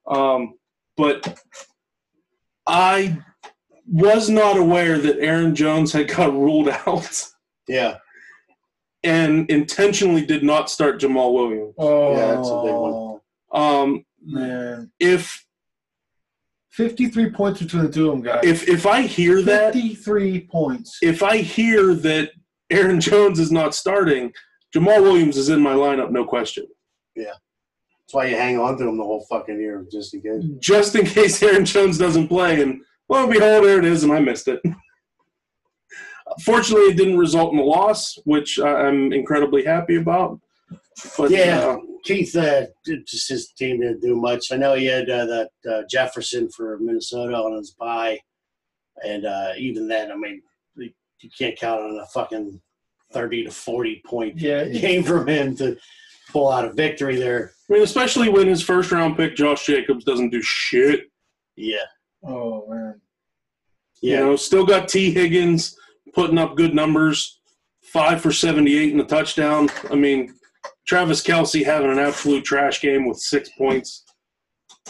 S2: um, but I was not aware that Aaron Jones had got ruled out.
S3: Yeah,
S2: and intentionally did not start Jamal Williams.
S1: Oh,
S3: Yeah, it's a big
S2: Um,
S1: man.
S2: if
S1: 53 points between the two of them, guys.
S2: if if I hear that,
S1: 53 points.
S2: if I hear that Aaron Jones is not starting, Jamal Williams is in my lineup, no question.
S3: That's why you hang on to them the whole fucking year, just in case.
S2: Just in case Aaron Jones doesn't play, and lo and behold, there it is, and I missed it. Fortunately, it didn't result in a loss, which I- I'm incredibly happy about. But
S3: Yeah.
S2: uh,
S3: Keith, uh, did- just his team didn't do much. I know he had uh, that uh, Jefferson for Minnesota on his bye, and uh, even then, I mean, you you can't count on a fucking thirty to forty point
S1: Yeah.
S3: game from him to pull out a victory there.
S2: I mean, especially when his first round pick, Josh Jacobs, doesn't do shit.
S3: Yeah,
S1: Oh, man.
S3: yeah.
S2: You know, still got T. Higgins putting up good numbers, five for 78 and a touchdown. I mean, Travis Kelsey having an absolute trash game with six points.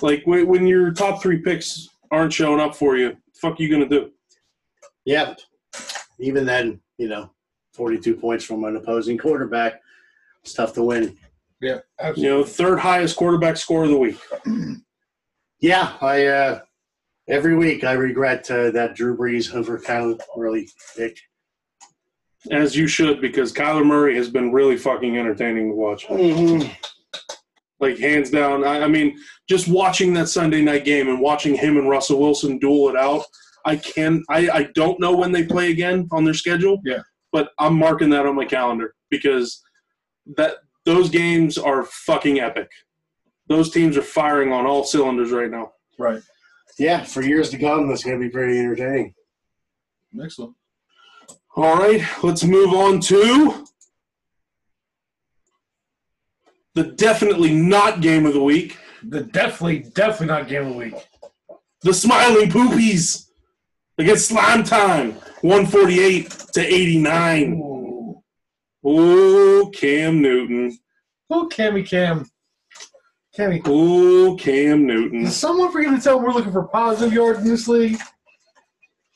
S2: Like, when, when your top three picks aren't showing up for you, fuck you going to do?
S3: Yep. Even then, you know, 42 points from an opposing quarterback. It's tough to win.
S1: Yeah.
S2: You know, third highest quarterback score of the week.
S3: Yeah, I uh, every week I regret uh, that Drew Brees over Kyler really pick.
S2: As you should, because Kyler Murray has been really fucking entertaining to watch. like hands down. I, I mean, just watching that Sunday night game and watching him and Russell Wilson duel it out. I can. I, I don't know when they play again on their schedule.
S1: Yeah.
S2: But I'm marking that on my calendar because that those games are fucking epic. Those teams are firing on all cylinders right now.
S1: Right.
S3: Yeah, for years to come, that's going to be pretty entertaining.
S1: Excellent.
S2: All right, let's move on to the definitely not game of the week.
S1: The definitely, definitely not game of the week.
S2: The Smiling Poopies against Slime Time, 148 to 89.
S1: Ooh.
S2: Ooh, Cam Newton.
S1: Oh, Cammy Cam. Cammy.
S2: Ooh, Cam Newton.
S1: Is someone forget to tell we're looking for positive yards in this league?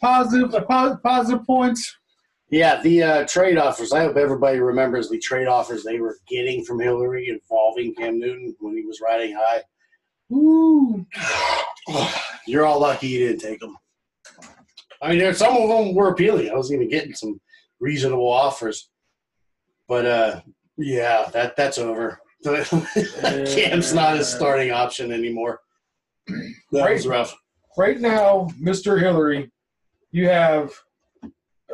S1: Positive, uh, po- positive points.
S3: Yeah, the uh, trade offers. I hope everybody remembers the trade offers they were getting from Hillary involving Cam Newton when he was riding high.
S1: Ooh.
S3: You're all lucky you didn't take them. I mean, there, some of them were appealing. I was even getting some reasonable offers, but uh, yeah, that that's over. Cam's not a starting option anymore. That was rough.
S1: right now, Mr. Hillary, you have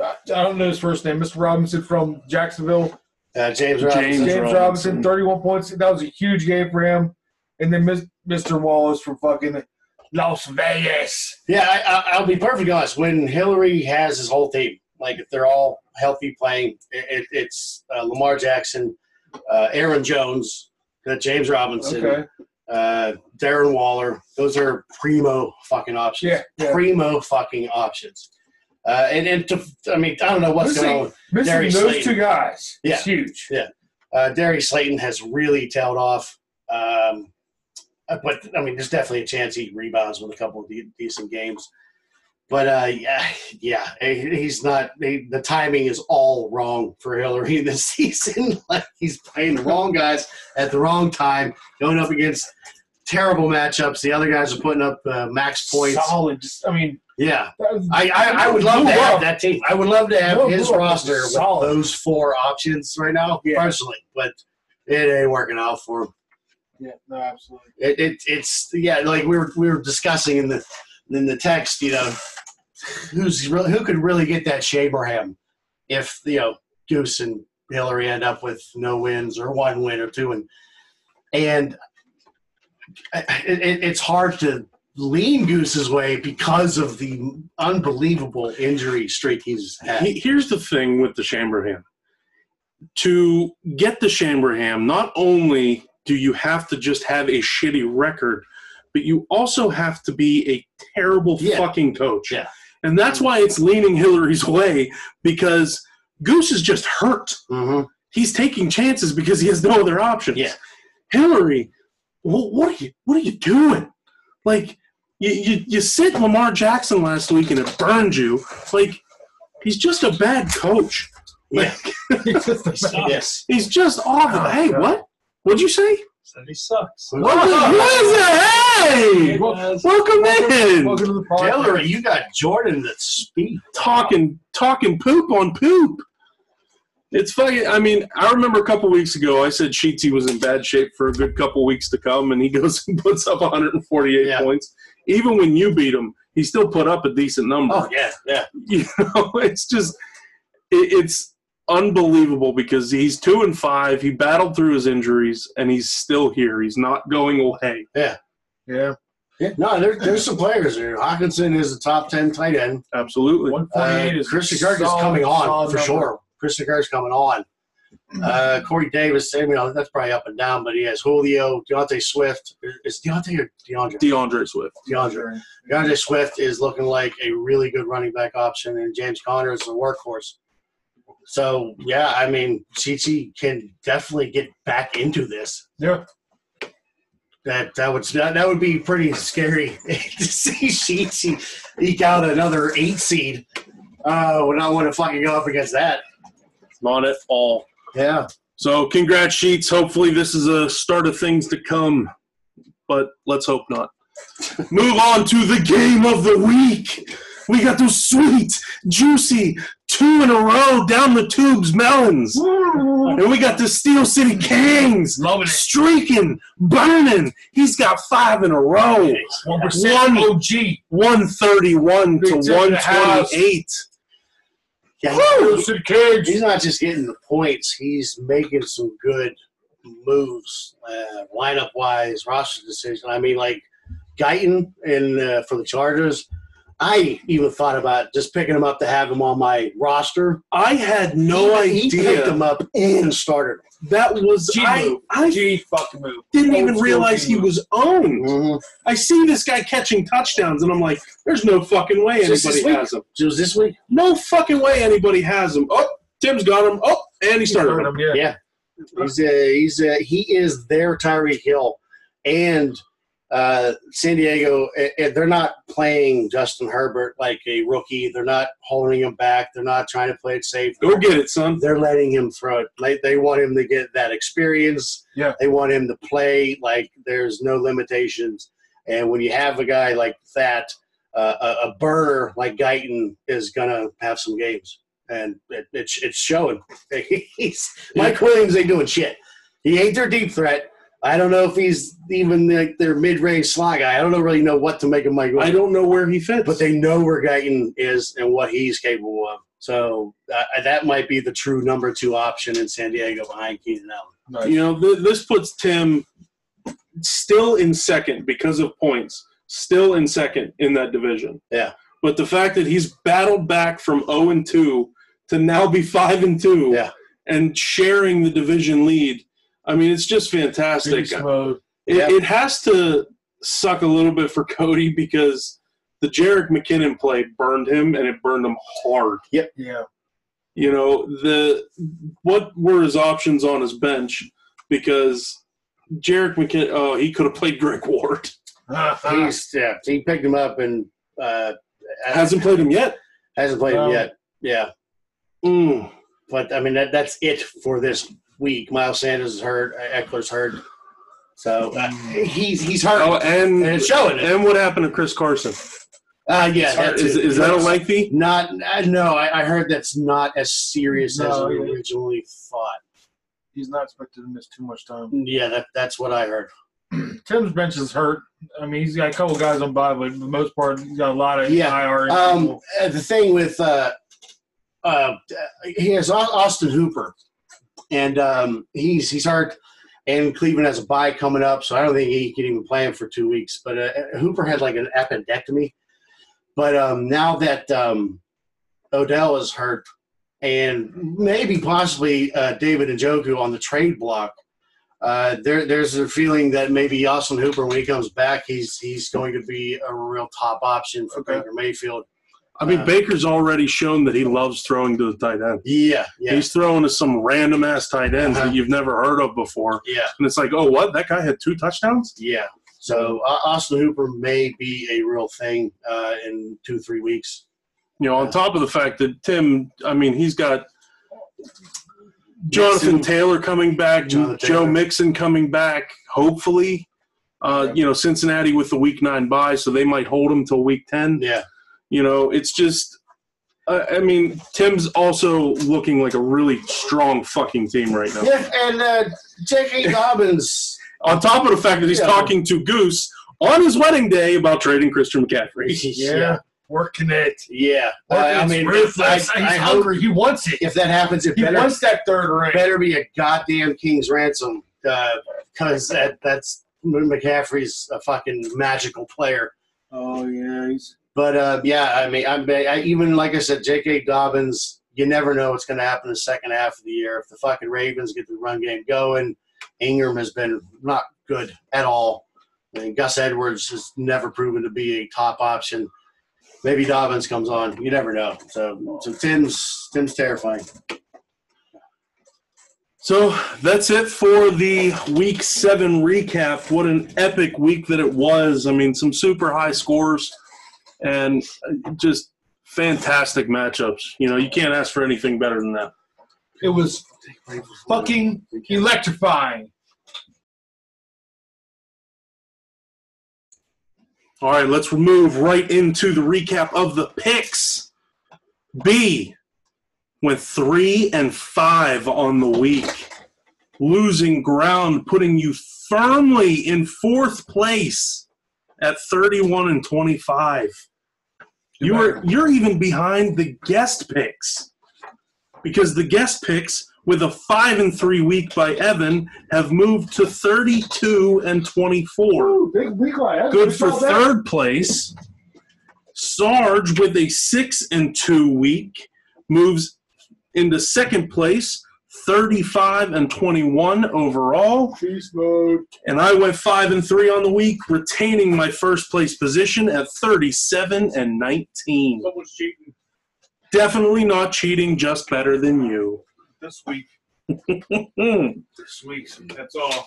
S1: I don't know his first name, Mr. Robinson from Jacksonville.
S3: Uh, James Robinson.
S2: James
S1: James Robinson,
S2: Robinson.
S1: 31 points. That was a huge game for him. And then Mis- Mr. Wallace from fucking Las Vegas.
S3: Yeah, I, I, I'll be perfectly honest. When Hillary has his whole team, like if they're all healthy playing, it, it, it's uh, Lamar Jackson, uh, Aaron Jones, uh, James Robinson,
S1: Okay.
S3: uh, Darren Waller. Those are primo fucking options.
S1: Yeah. yeah.
S3: primo fucking options. Uh, and and to, I mean, I don't know what's
S1: Listen.
S3: going on.
S1: Missing
S3: Darius
S1: those
S3: Slayton.
S1: two guys
S3: Yeah.
S1: is huge.
S3: Uh, Darius Slayton has really tailed off. Um, but I mean, there's definitely a chance he rebounds with a couple of de- decent games. But uh, yeah, yeah, he- he's not. He, the timing is all wrong for Hillary this season. like he's playing the wrong guys at the wrong time, going up against terrible matchups. The other guys are putting up uh, max points.
S1: Solid. Just, I mean,
S3: Yeah,
S1: that was-
S3: I, I, I would love
S1: Blue
S3: to
S1: Rock.
S3: have that team. I would love to have
S1: Blue
S3: his
S1: Rock is
S3: roster with
S1: solid.
S3: those four options right now,
S1: Yeah.
S3: personally. But it ain't working out for him.
S1: yeah, no, absolutely.
S3: It, it it's yeah, like we were we were discussing in the in the text, you know, who's re- who could really get that Shaberham if you know Goose and Hillary end up with no wins or one win or two, and and I- I- it, it's hard to lean Goose's way because of the unbelievable injury streak he's had.
S2: He- Here's the thing with the Chamberham. To get the Chamberham, not only do you have to just have a shitty record, but you also have to be a terrible
S3: Yeah.
S2: fucking coach.
S3: Yeah.
S2: And that's why it's leaning Hillary's way because Goose is just hurt.
S3: Mm-hmm.
S2: He's taking chances because he has no other options.
S3: Yeah.
S2: Hillary, wh- what are you what are you doing? Like you, you, you sit Lamar Jackson last week and it burned you. Like he's just a bad coach.
S3: Yeah.
S1: He's just the best.
S3: yes.
S2: He's just awful.
S1: Oh,
S2: hey,
S1: God.
S2: what? What'd you say?
S4: Said he sucks.
S2: What, the, what is that? Hey!
S1: Wel-
S2: Welcome in!
S1: Welcome to the podcast.
S3: Taylor, you got Jordan that speed.
S2: talking talking poop on poop. It's fucking. I mean, I remember a couple weeks ago, I said Sheetsy was in bad shape for a good couple weeks to come, and he goes and puts up 148
S3: Yeah.
S2: points. Even when you beat him, he still put up a decent number.
S3: Oh yeah, yeah.
S2: You know, it's just it, it's unbelievable because he's two and five. He battled through his injuries, and he's still here. He's not going away.
S1: Yeah,
S3: No, there, there's some players here. Hawkinson is a top ten tight end.
S2: Absolutely.
S1: one
S3: Uh,
S1: forty-eight is
S3: Christian Kirk is
S1: solid,
S3: coming on
S1: solid
S3: for
S1: number. Mm-hmm.
S3: sure. Christian Kirk's coming on. Uh, Corey Davis, you know, that's probably up and down, but he has Julio, Deontay Swift. Is Deontay or DeAndre?
S2: DeAndre Swift.
S3: DeAndre. DeAndre Swift is looking like a really good running back option, and James Conner is a workhorse. So yeah, I mean, Chichi can definitely get back into this.
S1: Yeah,
S3: That that would that, that would be pretty scary to see Chichi eke out another eight seed. Uh, would not want to fucking go up against that.
S2: Not at all.
S3: Yeah,
S2: So, congrats, Sheets. Hopefully, this is a start of things to come, but let's hope not. Move on to the game of the week. We got those sweet, juicy, two in a row down the tubes melons. And we got the Steel City Kings
S1: loving it.
S2: streaking, burning. He's got five in a row.
S1: One percent
S2: One.
S1: OG.
S2: 131 to 128.
S3: yeah.
S1: Woo!
S3: he-
S1: City Cage.
S3: He's not just getting the points; he's making some good moves, uh, lineup wise, roster decision. I mean, like Guyton and uh, for the Chargers. I even thought about just picking him up to have him on my roster.
S2: I had no
S3: he, He picked
S2: idea.
S3: him up and started.
S2: That was,
S1: G
S2: I,
S1: move.
S2: I
S1: G fucking move.
S2: didn't
S1: Old
S2: even
S1: school
S2: realize
S1: G
S2: he
S1: move.
S2: was owned.
S3: Mm-hmm.
S2: I see this guy catching touchdowns, and I'm like, there's no fucking way
S3: Just this
S2: anybody
S3: week?
S2: has him.
S3: It was this week.
S2: No fucking way anybody has him. Oh, Tim's got him. Oh, and he started him.
S1: Yeah.
S3: He's a, he's a, he is their Tyree Hill, and uh, San Diego. eh, eh, They're not playing Justin Herbert like a rookie. They're not holding him back. They're not trying to play it safe.
S2: Go get it, son.
S3: They're letting him throw it. Like they want him to get that experience.
S1: Yeah.
S3: They want him to play like there's no limitations. And when you have a guy like that, uh, a, a burner like Guyton is gonna have some games, and it, it's it's showing. he's Mike Williams ain't doing shit. He ain't their deep threat. I don't know if he's even like their mid-range slot guy. I don't really know what to make of Mike
S2: I
S3: Williams
S2: don't know where he fits.
S3: but they know where Guyton is and what he's capable of. So uh, that might be the true number two option in San Diego behind Keenan Allen.
S1: Nice.
S2: you know, th- this puts Tim still in second because of points, still in second in that division.
S3: Yeah.
S2: But the fact that he's battled back from 0 and 2 to now be 5 and 2
S3: Yeah.
S2: and sharing the division lead, I mean, it's just fantastic.
S1: Beast mode.
S2: It,
S3: Yeah.
S2: it has to suck a little bit for Cody because the Jarek McKinnon play burned him and it burned him hard.
S1: Yeah.
S2: You know, the what were his options on his bench because Jarek McKinnon oh, he could have played Greg Ward. Ah.
S3: He's yeah, he picked him up and uh, hasn't
S2: Hasn't played him yet.
S3: hasn't played him
S1: Um,
S3: yet. Yeah,
S2: Mm.
S3: but I mean that that's it for this week. Miles Sanders is hurt. E-, Eckler's hurt. So uh, he's he's hurt.
S2: Oh, and
S3: and it's showing it.
S2: and what happened to Chris Carson?
S3: Uh, yeah, that
S2: is,
S3: too.
S2: is that a lengthy?
S3: Not uh, no. I, I heard that's not as serious as
S1: No,
S3: we
S1: it-
S3: originally thought.
S1: He's not expected to miss too much time.
S3: Yeah, that that's what I heard.
S1: Tim's bench is hurt. I mean, he's got a couple guys on bye, but for the most part, he's got a lot of
S3: Yeah.
S1: IR.
S3: Um, uh, the thing with uh, uh, he has Au- Austin Hooper, and um, he's he's hurt, and Cleveland has a bye coming up, so I don't think he can even play him for two weeks. But uh, Hooper had like an appendectomy, but um, now that um, Odell is hurt, and maybe possibly uh, David and Joku on the trade block. Uh, there, there's a feeling that maybe Austin Hooper, when he comes back, he's he's going to be a real top option for
S1: Okay.
S3: Baker Mayfield.
S2: I mean,
S3: Uh,
S2: Baker's already shown that he loves throwing to the tight end.
S3: Yeah, yeah,
S2: He's throwing to some random ass tight ends
S3: Uh-huh.
S2: that you've never heard of before.
S3: yeah,
S2: And it's like, oh, what? That guy had two touchdowns?
S3: yeah. So uh, Austin Hooper may be a real thing uh, in two, three weeks.
S2: You know, on top of the fact that Tim, I mean, he's got Jonathan Taylor coming back,
S3: Jonathan
S2: Joe
S3: Taylor.
S2: Mixon coming back, hopefully. Uh, You know, Cincinnati with the week nine bye, so they might hold him till week 10.
S3: Yeah.
S2: You know, it's just, uh, I mean, Tim's also looking like a really strong fucking team right now.
S3: Yeah, and uh, J.K. Dobbins.
S2: On top of the fact that he's
S3: Yeah.
S2: talking to Goose on his wedding day about trading Christian McCaffrey.
S1: Yeah. Working it.
S3: Yeah. Uh,
S1: Working
S3: I
S1: it's
S3: mean,
S1: ruthless.
S3: I-
S1: He's
S3: I hope-
S1: hungry. He wants it.
S3: if that happens, it
S1: He
S3: better
S1: wants that third ring.
S3: better be a goddamn king's ransom because that that's McCaffrey's a fucking magical player.
S4: Oh yeah, he's
S3: But uh, yeah, I mean, I'm I, even like I said, J.K. Dobbins. You never know what's going to happen in the second half of the year if the fucking Ravens get the run game going. Ingram has been not good at all. I mean, Gus Edwards has never proven to be a top option. Maybe Dobbins comes on. You never know. So, so Tim's Tim's terrifying.
S2: So that's it for the week seven recap. What an epic week that it was. I mean, some super high scores and just fantastic matchups. You know, you can't ask for anything better than that.
S1: It was fucking electrifying.
S2: All right, let's move right into the recap of the picks. B went three and five on the week, losing ground, putting you firmly in fourth place at 31 and 25. You were you're even behind the guest picks because the guest picks with a five and three week by Evan have moved to 32 and 24
S1: Ooh, big week like that.
S2: good
S1: We
S2: for
S1: saw that.
S2: third place. Sarge with a six and two week moves into second place, 35 and 21 overall.
S4: beast mode.
S2: And I went five and three on the week, retaining my first place position at 37 and 19.
S4: Someone's cheating
S2: Definitely not cheating, just better than you.
S4: this week.
S2: Hmm.
S4: This week's. That's all.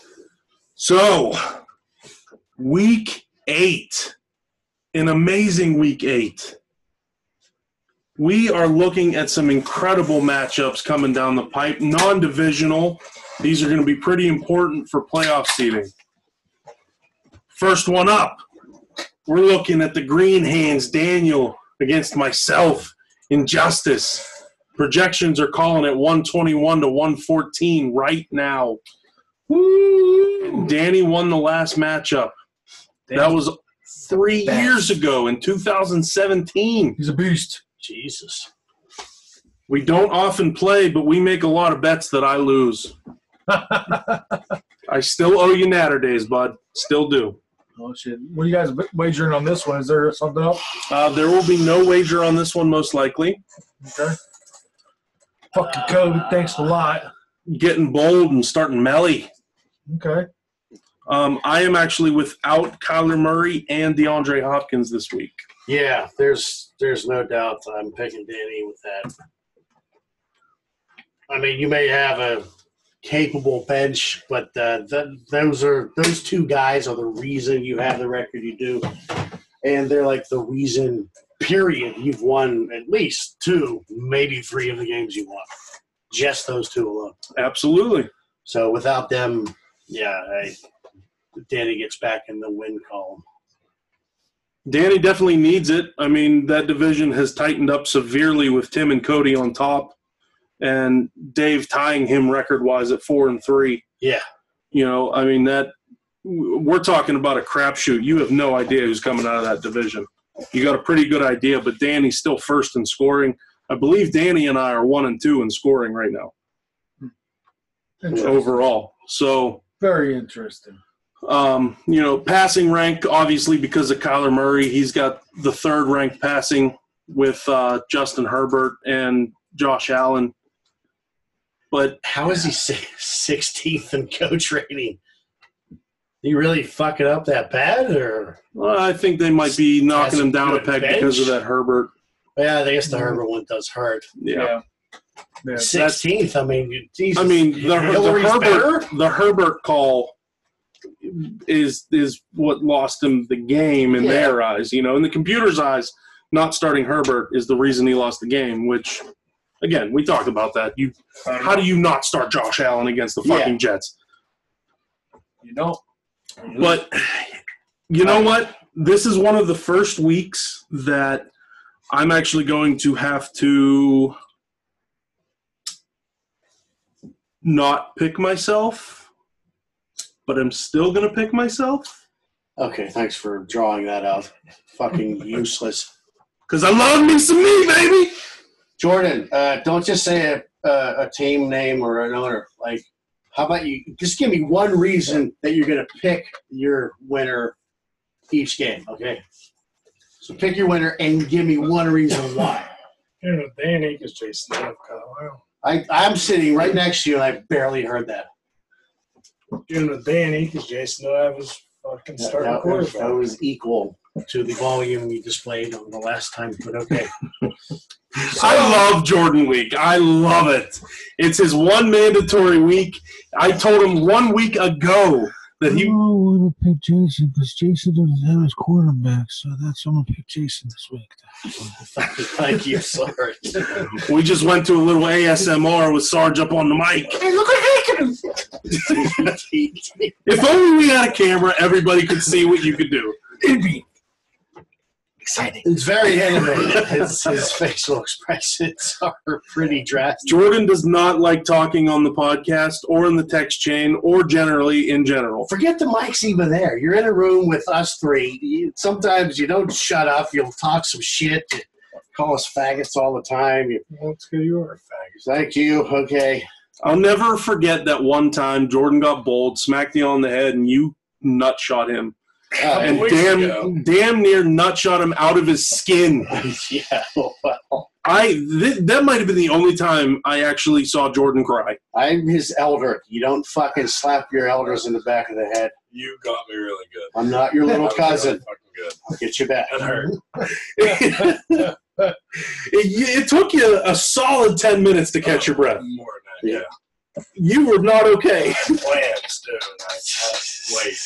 S2: So, week eight, an amazing week eight. We are looking at some incredible matchups coming down the pipe, non divisional. These are going to be pretty important for playoff seeding. First one up, we're looking at the Green Hands Daniel against myself, Injustice. Projections are calling it 121 to 114 right now. And Danny won the last matchup. That was three
S1: Damn.
S2: years ago in 2017.
S1: He's a beast.
S3: Jesus.
S2: We don't often play, but we make a lot of bets that I lose.
S1: Oh,
S2: I still owe you natter days, bud. Still do.
S1: Oh shit! What are you guys wagering on this one? Is there something up?
S2: Uh, there will be no wager on this one, most likely.
S1: Okay. Fucking
S3: Uh,
S1: COVID. Thanks a lot.
S2: Getting bold and starting melly.
S1: Okay.
S2: Um, I am actually without Kyler Murray and DeAndre Hopkins this week.
S3: Yeah, there's there's no doubt I'm picking Danny with that. I mean, you may have a capable bench, but uh, th- those are those two guys are the reason you have the record you do, and they're like the reason. Period. You've won at least two, maybe three of the games you won. Just those two alone.
S2: Absolutely.
S3: So without them, yeah, I, Danny gets back in the win column.
S2: Danny definitely needs it. I mean, that division has tightened up severely with Tim and Cody on top, and Dave tying him record-wise at four and three.
S3: Yeah.
S2: You know, I mean that we're talking about a crapshoot. You have no idea who's coming out of that division. You got a pretty good idea, but Danny's still first in scoring. I believe Danny and I are one and two in scoring right now
S1: Interesting.
S2: overall. So
S1: Very interesting.
S2: um, you know, passing rank, obviously, because of Kyler Murray, he's got the third ranked passing with uh, Justin Herbert and Josh Allen. But
S3: How is he si- 16th in coach rating? He really fucking up that bad, or
S2: well, uh, I think they might be knocking him down a peg because of that Herbert.
S3: yeah, I guess the Herbert one does hurt.
S2: Yeah.
S1: Yeah.
S3: 16th, I mean, you- Jesus.
S2: I mean, the, Her- the,
S3: Hillary's better?
S2: Herbert, the Herbert call is is what lost him the game in
S3: Yeah.
S2: their eyes. You know, in the computer's eyes, not starting Herbert is the reason he lost the game, which Again, we talked about that. You, how do you not start Josh Allen against the fucking Jets?
S1: You don't.
S2: But you know what? This is one of the first weeks that I'm actually going to have to not pick myself, but I'm still going to pick myself
S3: Okay, thanks for drawing that out. Fucking useless.
S2: because I love me some me, baby.
S3: Jordan, uh, don't just say a, a, a team name or an owner. Like, how about you? Just give me one reason that you're going to pick your winner each game, okay? So pick your winner and give me one reason why.
S5: You know, Dan Akers, Jason Kyle. Wow.
S3: I, I'm sitting right next to you, and I barely heard that.
S5: You know, Dan Akers, Jason was fucking
S3: That,
S5: starting
S3: that was,
S5: quarterback.
S3: that was equal to the volume you displayed on the last time, but okay.
S2: I love Jordan Week. I love it. It's his one mandatory week. I told him one week ago that he
S6: Oh, we will pick Jason because Jason doesn't have his quarterback, so that's I'm gonna pick Jason this week.
S3: Thank you, Sarge.
S2: we just went to a little ASMR with Sarge up on the mic. If only we had a camera, everybody could see what you could do.
S3: It's very animated. His, his facial expressions are pretty drastic.
S2: Jordan does not like talking on the podcast or in the text chain or generally in general.
S3: Forget the mic's even there. You're in a room with us three. You- Sometimes you don't shut up. You'll talk some shit. You call us faggots all the time. You,
S5: Well, it's good you are.
S3: Thank you. Okay.
S2: I'll never forget that one time Jordan got bold, smacked you on the head, and you nutshot him.
S3: Uh,
S2: And
S5: weeks ago.
S2: damn, damn near nutshot him out of his skin.
S3: yeah. Well,
S2: I th- that might have been the only time I actually saw Jordan cry.
S3: I'm his elder. You don't fucking slap your elders in the back of the head.
S4: You got me really good.
S3: I'm not your little
S4: That was
S3: cousin.
S4: really fucking good.
S3: I'll get you back.
S4: That hurt.
S2: it, it took you a solid ten minutes to catch your breath.
S4: More than that,
S2: You were not okay.
S4: yeah. Plans, dude. I can't wait.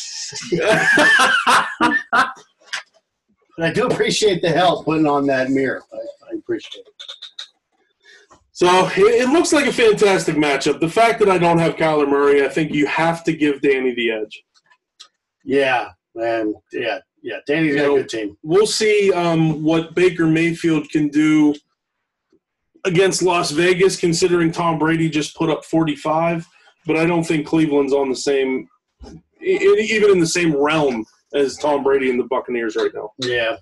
S3: But I do appreciate the help putting on that mirror. I, I appreciate it.
S2: so it, it looks like a fantastic matchup. The fact that I don't have Kyler Murray, I think you have to give Danny the edge.
S3: Yeah. And yeah. Yeah. Danny's got a good team.
S2: We'll see um, what Baker Mayfield can do against Las Vegas, considering Tom Brady just put up 45. But I don't think Cleveland's on the same, e- e- even in the same realm as Tom Brady and the Buccaneers right now.
S3: Yeah.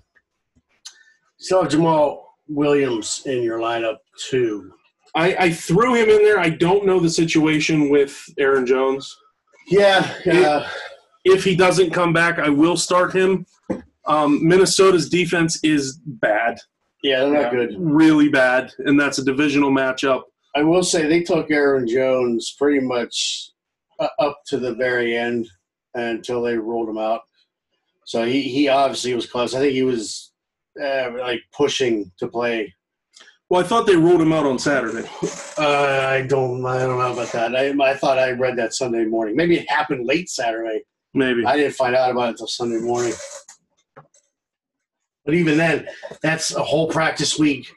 S3: So Jamal Williams in your lineup too.
S2: I, I threw him in there. I don't know the situation with Aaron Jones.
S3: Yeah. Uh,
S2: if he doesn't come back, I will start him. Um, Minnesota's defense is bad,
S3: yeah, they're not good.
S2: really bad, and that's a divisional matchup.
S3: I will say they took Aaron Jones pretty much u- up to the very end until they ruled him out. So he, he obviously was close. I think he was uh, like pushing to play.
S2: Well, I thought they ruled him out on Saturday.
S3: Uh, I don't I don't know about that. I, I thought I read that Sunday morning. Maybe it happened late Saturday.
S2: Maybe.
S3: I didn't find out about it until Sunday morning. But even then, that's a whole practice week,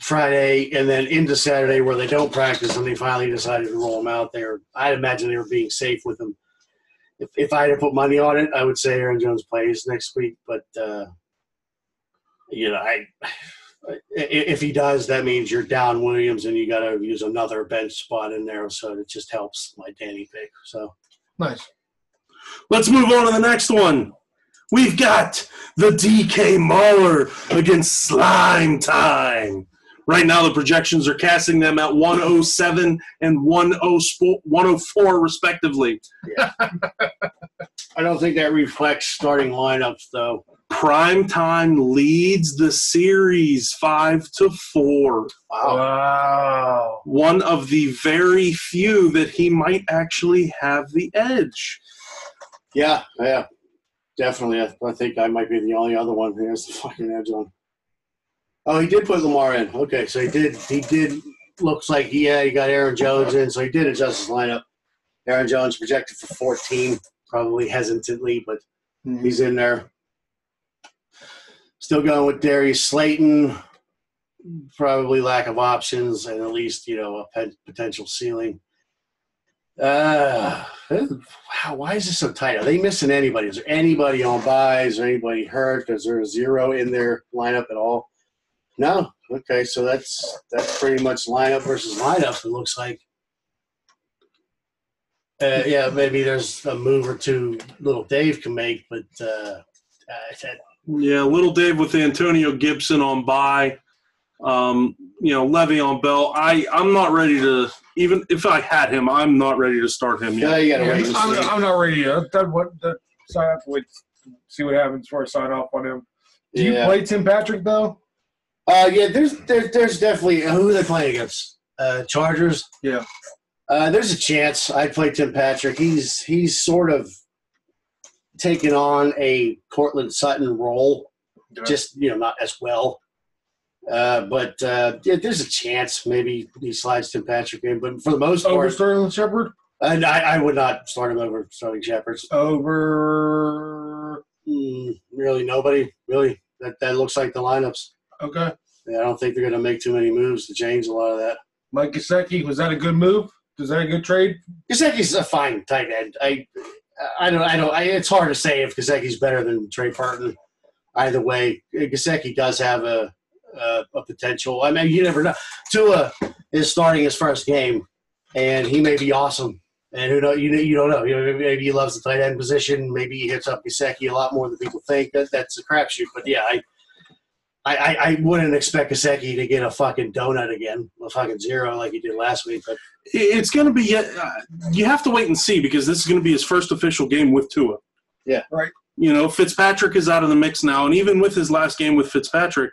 S3: Friday, and then into Saturday where they don't practice, and they finally decided to roll them out there. I'd imagine they were being safe with them. If, if I had to put money on it, I would say Aaron Jones plays next week. But uh, you know, I i- if he does, that means you're down Williams, and you got to use another bench spot in there. So it just helps my Danny pick. So.
S1: Nice.
S2: Let's move on to the next one. We've got the DK Mauler against Slime Time. Right now, the projections are casting them at 107 and 10 spo- 104, respectively.
S3: I don't think that reflects starting lineups, though.
S2: Prime Time leads the series 5 to 4.
S3: Oh.
S1: Wow.
S2: One of the very few that he might actually have the edge.
S3: Yeah, yeah, definitely. I, I think I might be the only other one who has the fucking edge on. Oh, he did put Lamar in. Okay, so he did. He did. Looks like yeah, he got Aaron Jones in, so he did adjust his lineup. Aaron Jones projected for 14, probably hesitantly, but he's in there. Still going with Darius Slayton, probably lack of options and at least you know a pe- potential ceiling. Uh, wow, why is this so tight? Are they missing anybody? Is there anybody on buy? Is there anybody hurt? Is there a zero in their lineup at all? No. Okay, so that's that's pretty much lineup versus lineup. It looks like. Uh, yeah, maybe there's a move or two little Dave can make, but uh, uh, that,
S2: Yeah, little Dave with Antonio Gibson on by, um, you know Levy on Bell. I I'm not ready to even if I had him, I'm not ready to start him
S3: yeah,
S2: yet.
S3: you got to
S1: Yeah,
S3: wait. and
S1: I'm,
S3: see.
S1: I'm not ready yet. That, what, that, so I have to wait, see what happens before I sign off on him. Do you
S3: Yeah.
S1: play Tim Patrick though?
S3: Uh, yeah, there's there, there's definitely who are they playing against? Uh, Chargers.
S1: Yeah.
S3: Uh, there's a chance I'd play Tim Patrick. He's he's sort of taken on a Cortland Sutton role, just you know not as well. Uh, but uh, yeah, there's a chance maybe he slides Tim Patrick in, but for the most
S1: Over
S3: part,
S1: Sterling Shepard?
S3: and I, I would not start him over Sterling Shepard's.
S1: Over.
S3: Mm, really, nobody really. That that looks like the lineups.
S1: Okay.
S3: Yeah, I don't think they're going to make too many moves to change a lot of that.
S1: Mike Gesicki, was that a good move? Is that a good trade?
S3: Gasecki's a fine tight end. I, I don't, I don't. I, it's hard to say if Gasecki's better than Trey Burton. Either way, Gasecki does have a, a a potential. I mean, you never know. Tua is starting his first game, and he may be awesome. And who know you know you don't know. You know maybe he loves the tight end position. Maybe he hits up Gasecki a lot more than people think. That that's a crapshoot. But yeah, I. I, I, I wouldn't expect Gasecki to get a fucking donut again, a fucking zero like he did last week. But
S2: It- It's going to be yet. Uh, you have to wait and see because this is going to be his first official game with Tua.
S3: Yeah.
S1: Right.
S2: You know, Fitzpatrick is out of the mix now, and even with his last game with Fitzpatrick,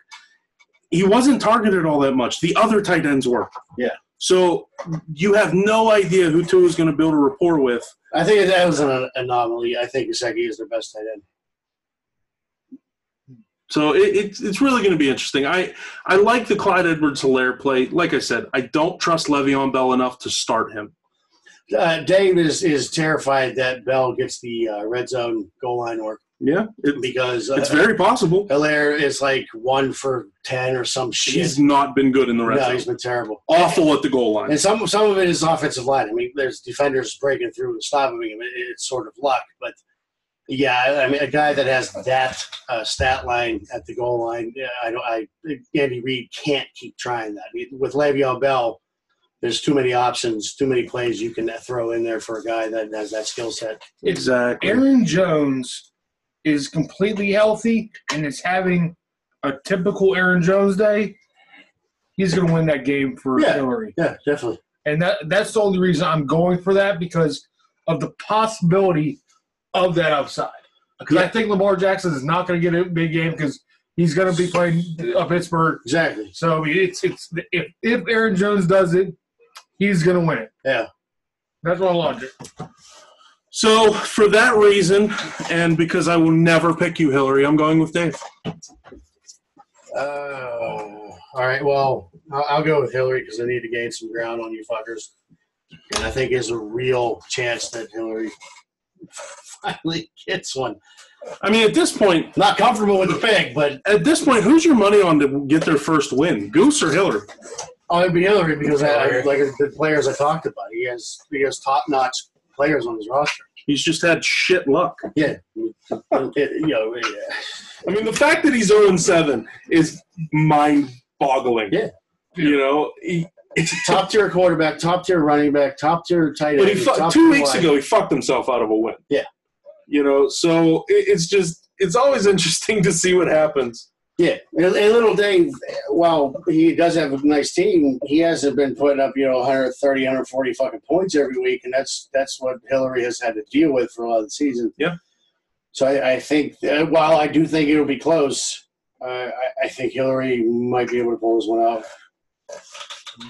S2: he wasn't targeted all that much. The other tight ends were.
S3: Yeah.
S2: So you have no idea who Tua is going to build a rapport with.
S3: I think that was an anomaly. I think Gasecki is their best tight end.
S2: So it, it's it's really going to be interesting. I I like the Clyde Edwards Hilaire play. Like I said, I don't trust Le'Veon Bell enough to start him.
S3: Uh, Dave is, is terrified that Bell gets the uh, red zone goal line work
S2: Yeah, it,
S3: because uh,
S2: it's very possible.
S3: Hilaire is like one for ten or some shit.
S2: He's not been good in the red
S3: no,
S2: zone.
S3: he's been terrible.
S2: Awful at the goal line.
S3: And some some of it is offensive line. I mean, there's defenders breaking through and stopping him. It- it's sort of luck, but yeah, I- I mean, a guy that has that uh, stat line at the goal line, yeah, I don't. I Andy Reid can't keep trying that I mean, with Le'Veon Bell. There's too many options, too many plays you can throw in there for a guy that has that skill set.
S2: Exactly.
S1: Aaron Jones is completely healthy and is having a typical Aaron Jones day. He's going to win that game for
S3: Yeah.
S1: Hillary.
S3: Yeah, definitely.
S1: And that that's the only reason I'm going for that because of the possibility of that upside. Because I think Lamar Jackson is not going to get a big game because he's going to be playing uh, Pittsburgh.
S3: Exactly.
S1: So I mean, it's it's if if Aaron Jones does it, he's going to win it.
S3: Yeah.
S1: That's my logic.
S2: So for that reason, and because I will never pick you, Hillary, I'm going with Dave.
S3: Oh, all right. Well, I'll, I'll go with Hillary because I need to gain some ground on you fuckers. And I think there's a real chance that Hillary finally gets one.
S2: I mean, at this point,
S3: Not comfortable with the pick, but
S2: at this point, who's your money on to get their first win, Goose or Hillary?
S3: oh, it'd be Hillary because I, I- like the players I talked about. He has he has top notch players on his roster.
S2: He's just had shit luck.
S3: Yeah, you know, yeah.
S2: I mean, the fact that he's 0 7 is mind boggling.
S3: Yeah.
S2: You know, he,
S3: top tier quarterback, top tier running back, top tier tight end.
S2: but he fu-
S3: top
S2: two
S3: tier
S2: weeks
S3: wide.
S2: ago, he fucked himself out of a win.
S3: Yeah.
S2: You know, so it, it's just, it's always interesting to see what happens.
S3: Yeah, and and little Dave, while he does have a nice team, he hasn't been putting up you know 130, 140 fucking points every week, and that's that's what Hillary has had to deal with for a lot of the season.
S2: Yeah.
S3: So I, I think uh, while I do think it'll be close, uh, I, I think Hillary might be able to pull this one out.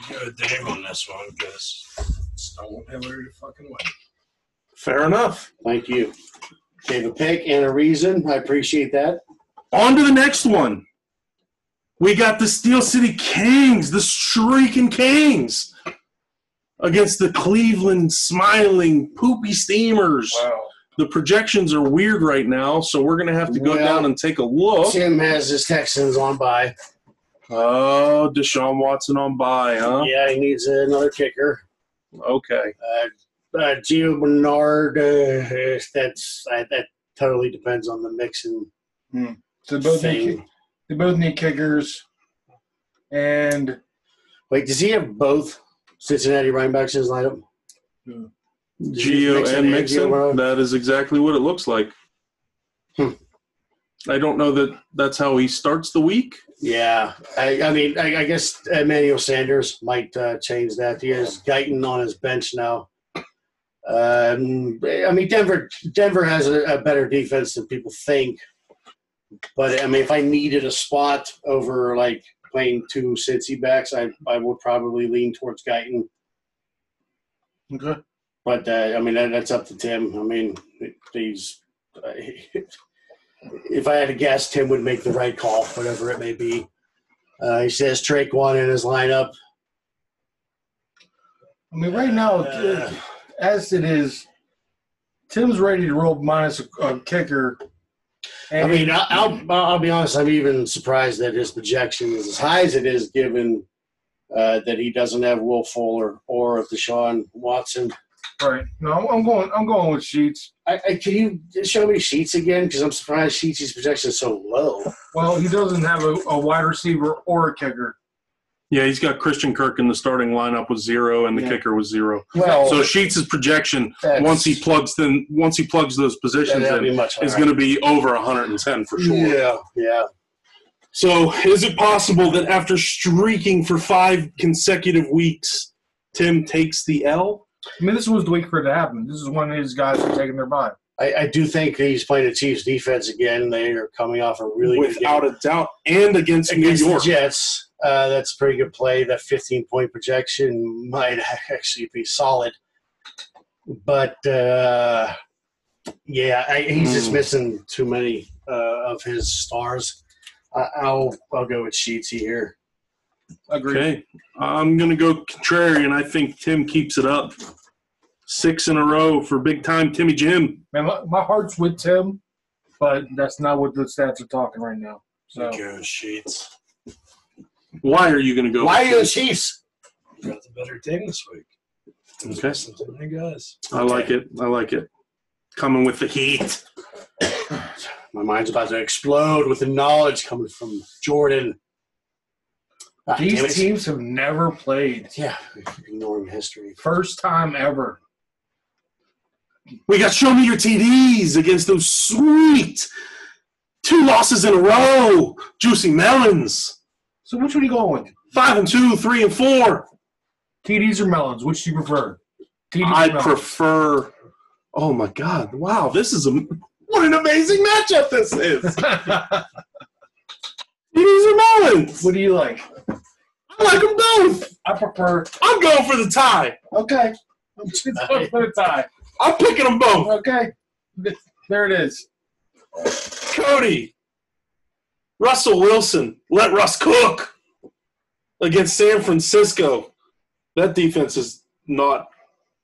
S4: Go with Dave on this one because I want Hillary to fucking win.
S2: Fair enough.
S3: Thank you. Gave a pick and a reason. I appreciate that.
S2: On to the next one. We got the Steel City Kings, the Shrieking Kings, against the Cleveland Smiling Poopy Steamers.
S1: Wow.
S2: The projections are weird right now, so we're going to have to go
S3: Well,
S2: down and take a look.
S3: Tim has his Texans on by.
S2: Oh, Deshaun Watson on by, huh?
S3: Yeah, he needs another kicker.
S2: Okay.
S3: Uh, uh, Gio Bernard, uh, that's I, that totally depends on the mix and
S1: So they both need,
S3: thing.
S1: ki- they both need kickers, and
S3: Wait, does he have both Cincinnati running backs in his lineup? Does he
S2: Geo
S3: mix it
S2: and
S3: in,
S2: Mixon.
S3: Gio?
S2: That is exactly what it looks like.
S3: Hmm.
S2: I don't know that that's how he starts the week.
S3: Yeah, I, I mean, I, I guess Emmanuel Sanders might uh, change that. He has Guyton on his bench now. Um, I mean, Denver Denver has a, a better defense than people think. But I mean, if I needed a spot over like playing two Cincy backs, I I would probably lean towards Guyton.
S1: okay.
S3: But uh, I mean, that, that's up to Tim. I mean, he's. uh, if I had to guess, Tim would make the right call, whatever it may be. Uh, he says Traquan in his lineup.
S1: I mean, right now,
S3: Uh.
S1: as it is, Tim's ready to roll minus a, a kicker.
S3: I
S1: And
S3: mean, I- I'll, I'll I'll be honest. I'm even surprised that his projection is as high as it is, given uh, that he doesn't have Will Fuller or Deshaun Watson.
S1: right? No, I'm, I'm going. I'm going with Sheets.
S3: I, I, can you show me Sheets again? Because I'm surprised Sheets' projection is so low.
S1: Well, he doesn't have a, a wide receiver or a kicker.
S2: Yeah, he's got Christian Kirk in the starting lineup with zero, and the
S1: Yeah.
S2: kicker was zero.
S3: Well,
S2: So Sheets' projection
S3: that's-
S2: once he plugs then once he plugs those positions
S3: that'd
S2: in
S3: be much
S2: is
S3: higher.
S2: going to be over 110 for sure.
S3: Yeah, yeah.
S2: So, is it possible that after streaking for five consecutive weeks, Tim takes the L?
S1: I mean, this was the week for it to happen. This is when these guys are taking their bye.
S3: I, I do think he's playing the Chiefs defense again. They are coming off a really
S2: Without
S3: good
S2: a doubt, and against,
S3: game against
S2: New York.
S3: the Jets. Uh, that's a pretty good play. That 15 point projection might actually be solid. But uh, yeah, I, he's just
S2: Hmm.
S3: missing too many uh, of his stars. I I'll I'll go with Sheets here.
S1: Agreed.
S2: Okay, I'm going to go contrarian. I think Tim keeps it up. Six in a row for big time Timmy Jim.
S1: Man, my, my heart's with Tim, but that's not what the stats are talking right now. So
S4: Go Sheets.
S2: Why are you going to go?
S3: Why are you the Chiefs?
S4: Got the better team this week.
S2: Okay.
S4: Something new guys.
S2: I like it. I like it. Coming with the heat.
S3: My mind's about to explode with the knowledge coming from Jordan. Ah, damn
S1: these
S3: it.
S1: teams have never played.
S3: Yeah, ignoring history.
S1: First time ever.
S2: We got show me your TDs against those sweet two losses in a row. Juicy melons.
S1: So which one are you going with?
S2: Five and two, three and four.
S1: TDs or melons? Which do you prefer? TDs
S2: I
S1: or melons?
S2: prefer. Oh my God! Wow, this is a what an amazing matchup this is. These are melons.
S1: what do you like?
S2: I like them both.
S1: I prefer.
S2: I'm going for the tie.
S1: Okay. I'm just going for the tie.
S2: I'm picking them both.
S1: Okay. There it is.
S2: Cody, Russell Wilson, let Russ cook against San Francisco. That defense is not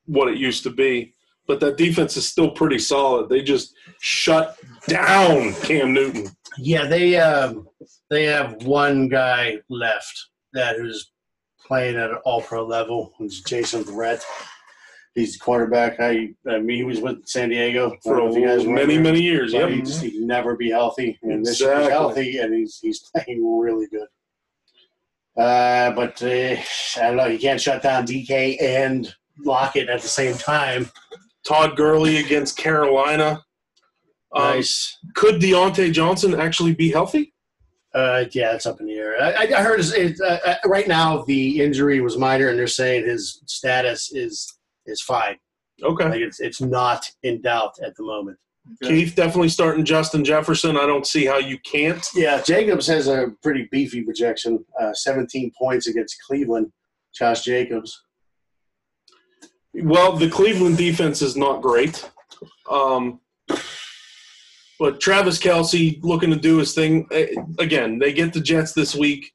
S2: what it used to be, but that defense is still pretty solid. They just shut down Cam Newton.
S3: Yeah, they um, they have one guy left that who's playing at an All Pro level. It's Jason Brett. He's the quarterback. I, I mean, he was with San Diego I
S2: for
S3: don't know if you guys
S2: a,
S3: remember.
S2: many, many years.
S3: But
S2: Yep.
S3: He just he'd never be healthy, and this year he's
S2: Exactly.
S3: healthy, and he's he's playing really good. Uh, but uh, I don't know. You can't shut down DK and Lockett at the same time.
S2: Todd Gurley against Carolina. Um,
S3: Nice.
S2: Could Deontay Johnson actually be healthy?
S3: Uh, yeah, it's up in the air. I, I- I heard his, it, uh, uh, right now the injury was minor, and they're saying his status is is fine.
S2: Okay.
S3: Like it's it's not in doubt at the moment.
S2: Keith definitely starting Justin Jefferson. I don't see how you can't.
S3: Yeah, Jacobs has a pretty beefy projection, uh, 17 points against Cleveland. Josh Jacobs.
S2: Well, the Cleveland defense is not great. Um, but Travis Kelsey looking to do his thing. Eh, Again, they get the Jets this week.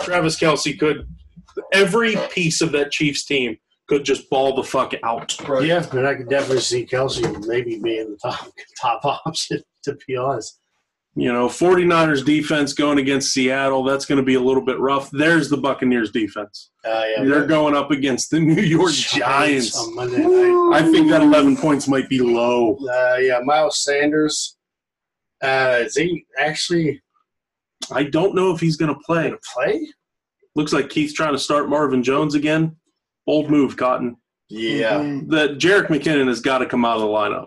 S2: Travis Kelsey could, every piece of that Chiefs team could just ball the fuck out.
S1: Right.
S3: Yeah, but I could definitely see Kelsey maybe being the top top option. To be honest,
S2: You know, 49ers defense going against Seattle, that's going to be a little bit rough. There's the Buccaneers defense.
S3: Uh, yeah,
S2: They're going up against the New York Giants.
S3: on Monday night.
S2: I think that 11 points might be low.
S3: Uh, yeah, Miles Sanders. Uh, is he actually
S2: I don't know if he's going to play.
S3: going to play?
S2: Looks like Keith's trying to start Marvin Jones again. Bold move, Cotton.
S3: Yeah,
S1: Mm-hmm.
S2: That Jarek McKinnon has got to come out of the lineup.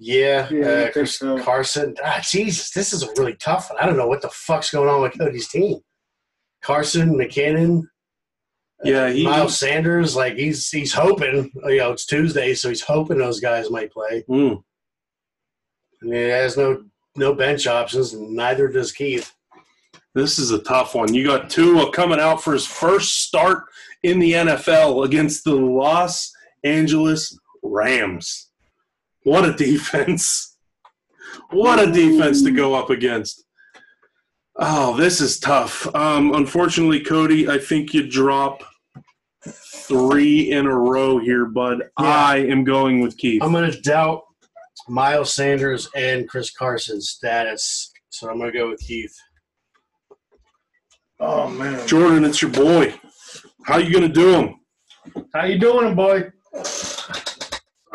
S3: yeah.
S1: Yeah, I
S3: uh,
S1: think
S3: Chris
S1: so.
S3: Carson. Ah, Jesus, this is a really tough one. I don't know what the fuck's going on with Cody's team. Carson McKinnon,
S2: Yeah, he,
S3: Miles Sanders. Like he's he's hoping. You know, it's Tuesday, so he's hoping those guys might play.
S2: Mm.
S3: I mean, he has no no bench options, and neither does Keith.
S2: this is a tough one. You got Tua coming out for his first start in the NFL against the Los Angeles Rams. What a defense. What a defense to go up against. Oh, this is tough. Um, unfortunately, Cody, I think you drop three in a row here, bud. I am going with Keith.
S3: I'm going to doubt Miles Sanders and Chris Carson's status, so I'm going to go with Keith.
S5: Oh man.
S2: Jordan, it's your boy. How you going to do him?
S1: How you doing, boy?
S4: All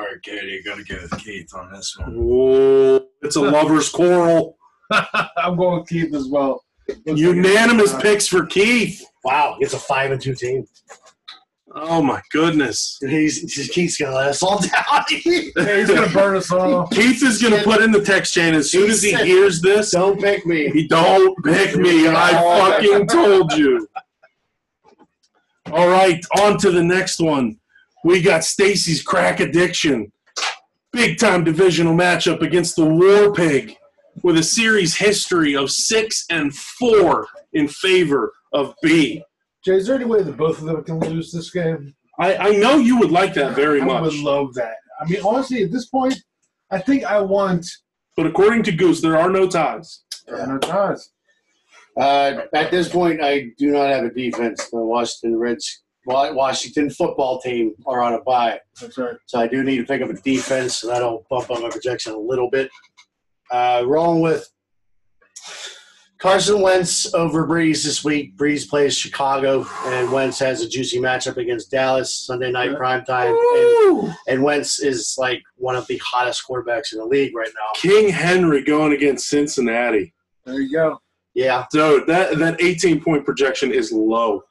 S4: right, Katie, you gotta go with Keith on this one.
S2: Whoa, it's a lover's quarrel.
S1: I'm going with Keith as well. Looks
S2: Unanimous
S1: like-
S2: picks for Keith.
S3: Wow, it's a five and two team.
S2: Oh my goodness.
S3: He's, Keith's going to let us all down.
S1: Hey, he's gonna burn us all.
S2: Keith is gonna put in the text chain as soon as he
S3: He said-
S2: hears this.
S3: Don't pick me.
S2: He don't pick me. I fucking told you. All right, on to the next one. We got Stacy's crack addiction. Big time divisional matchup against the War Pig with a series history of six and four in favor of B.
S1: Jay, is there any way that both of them can lose this game?
S2: I, I know you would like that very
S1: I would
S2: much.
S1: love that. I mean, honestly, at this point, I think I want
S2: But according to Goose, there are no ties.
S1: There are no ties.
S3: Uh, at this point, I do not have a defense. The Washington Reds, Wa- Washington football team are on a bye.
S1: That's right.
S3: So I do need to pick up a defense, and that'll bump up my projection a little bit. Uh, rolling with Carson Wentz over Breeze this week. Breeze plays Chicago, and Wentz has a juicy matchup against Dallas Sunday night primetime. And, and Wentz is like one of the hottest quarterbacks in the league right now.
S2: King Henry going against Cincinnati.
S1: There you go.
S3: Yeah,
S2: Dude, that, that 18 point projection is low.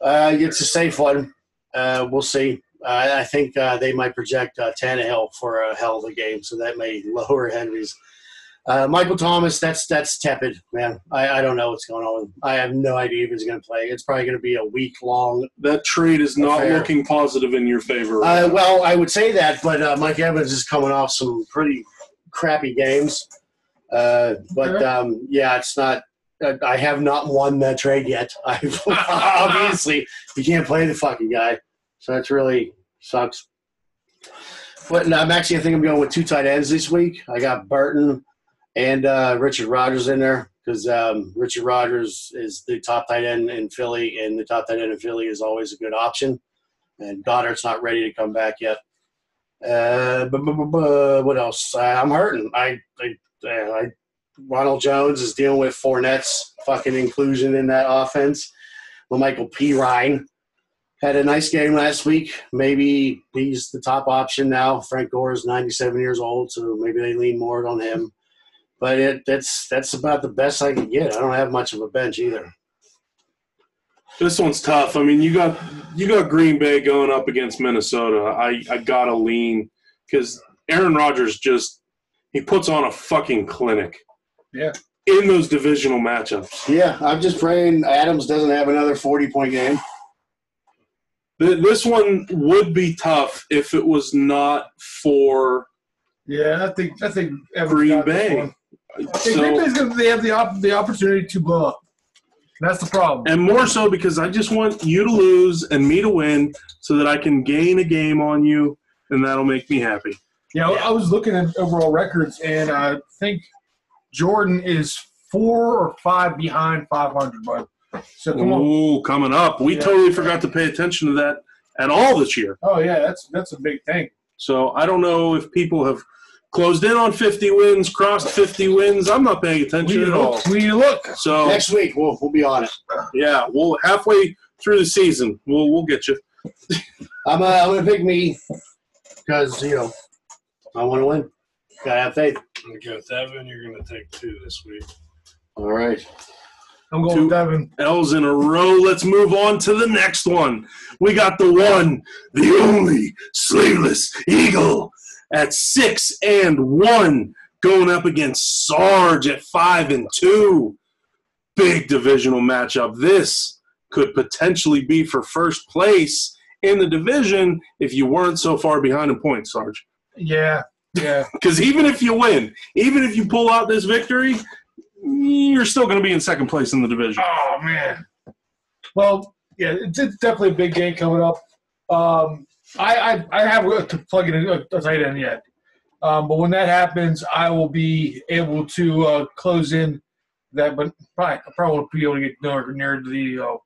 S3: uh, it's a safe one. Uh, we'll see. Uh, I think uh, they might project uh, Tannehill for a hell of a game, so that may lower Henry's. Uh, Michael Thomas, that's that's tepid, man. I, I don't know what's going on. I have no idea if he's going to play. It's probably going to be a week long.
S2: That trade is not
S3: Fair.
S2: looking positive in your favor.
S3: Uh, well, I would say that, but uh, Mike Evans is coming off some pretty crappy games. Uh, but um, yeah, it's not. I- I have not won that trade yet. I've obviously you can't play the fucking guy, so that's really sucks. But no, I'm actually I think I'm going with two tight ends this week. I got Burton and uh, Richard Rogers in there because um, Richard Rogers is the top tight end in Philly, and the top tight end in Philly is always a good option. And Goddard's not ready to come back yet. Uh, bu- bu- bu- bu- what else? Uh, I'm hurting. I, I, uh, I Ronald Jones is dealing with Fournette's fucking inclusion in that offense. Michael P. Ryan had a nice game last week. Maybe he's the top option now. Frank Gore is 97 years old, so maybe they lean more on him. But it, that's that's about the best I can get. I don't have much of a bench either.
S2: this one's tough. I mean, you got you got Green Bay going up against Minnesota. I, I gotta lean because Aaron Rodgers just he puts on a fucking clinic.
S1: Yeah.
S2: In those divisional matchups.
S3: Yeah, I'm just praying Adams doesn't have another 40 point game.
S2: Th- This one would be tough if it was not for
S1: Yeah, I think I think Evans
S2: Green
S1: got this
S2: Bay.
S1: one. I think Green Bay's gonna they have the op- the opportunity to blow up. That's the problem.
S2: and more so because I just want you to lose and me to win so that I can gain a game on you, and that'll make me happy.
S1: Yeah, I was looking at overall records, and I think Jordan is four or five behind 500, bud. So come on.
S2: Ooh, coming up. We
S1: Yeah.
S2: totally forgot to pay attention to that at all this year.
S1: Oh yeah, that's that's a big thing.
S2: So I don't know if people have Closed in on 50 wins, crossed 50 wins. I'm not paying
S1: We
S2: attention
S1: need
S2: at
S1: to
S2: all.
S1: look. We need to look.
S2: So
S3: Next week we'll we'll be on it.
S2: yeah, we'll halfway through the season, we'll we'll get you.
S3: I'm uh, I'm gonna pick me because you know I want to win. Gotta have faith.
S4: I'm gonna go with Evan. You're gonna take two this week.
S3: All right.
S1: I'm going
S2: Two-
S1: with Devin.
S2: L's in a row. Let's move on to the next one. We got the one, the only sleeveless eagle at six and one, going up against Sarge at five and two. Big divisional matchup. This could potentially be for first place in the division if you weren't so far behind in points, Sarge.
S1: Yeah, yeah.
S2: Because even if you win, even if you pull out this victory, you're still going to be in second place in the division.
S1: oh man. Well, yeah, it's, it's definitely a big game coming up. Um, I, I I have to plug in a, a tight end yet, um, but when that happens, I will be able to uh, close in that. But probably I probably won't be able to get nowhere near the uh,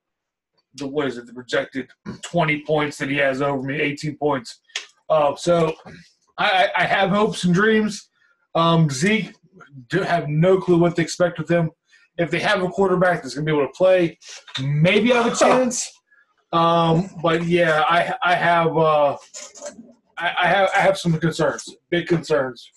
S1: the what is it the projected twenty points that he has over me, eighteen points. Uh, so I, I I have hopes and dreams. Um, Zeke do have no clue what to expect with him. If they have a quarterback that's going to be able to play, maybe I have a chance. Um, but yeah, I I have uh, I, I have I have some concerns, big concerns.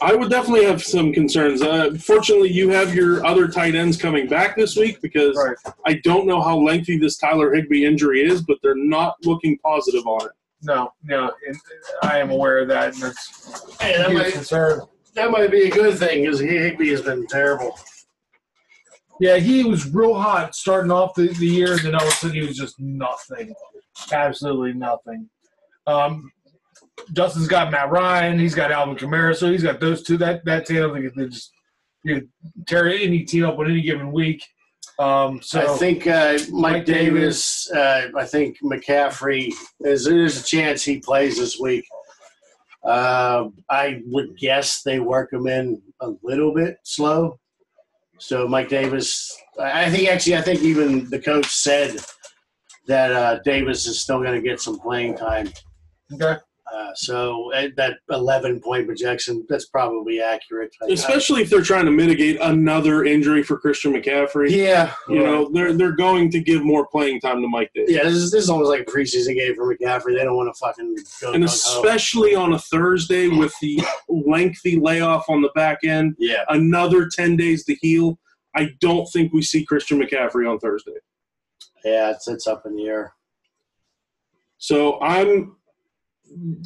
S2: I would definitely have some concerns. Uh, fortunately, you have your other tight ends coming back this week because
S1: Right.
S2: I don't know how lengthy this Tyler Higby injury is, but they're not looking positive on it.
S1: No, no, and I am aware of that, and that's
S3: Hey,
S1: a
S3: that
S1: huge
S3: might
S1: concern.
S3: that might be a good thing because Higby has been terrible.
S1: Yeah, he was real hot starting off the, the year, and then all of a sudden he was just nothing, absolutely nothing. Um, Justin's got Matt Ryan, he's got Alvin Kamara, so he's got those two. That that team, I think they just you could tear any team up on any given week. Um, so
S3: I think uh, Mike,
S1: Mike
S3: Davis.
S1: Davis.
S3: Uh, I think McCaffrey. There's, there's a chance he plays this week. Uh, I would guess they work him in a little bit slow. So Mike Davis. I I think actually, I think even the coach said that uh, Davis is still going to get some playing time.
S1: okay.
S3: Uh, so uh, that 11 point projection, that's probably accurate. I- I-
S2: Especially if they're trying to mitigate another injury for Christian McCaffrey.
S3: yeah,
S2: You know, they're they're going to give more playing time to Mike Davis.
S3: yeah. This is, this is almost like a preseason game for McCaffrey. They don't want to fucking go.
S2: And
S3: gung-ho.
S2: especially on a Thursday with the lengthy layoff on the back end,
S3: yeah.
S2: another 10 days to heal. I don't think we see Christian McCaffrey on Thursday.
S3: Yeah, it's it's up in the air.
S2: So I'm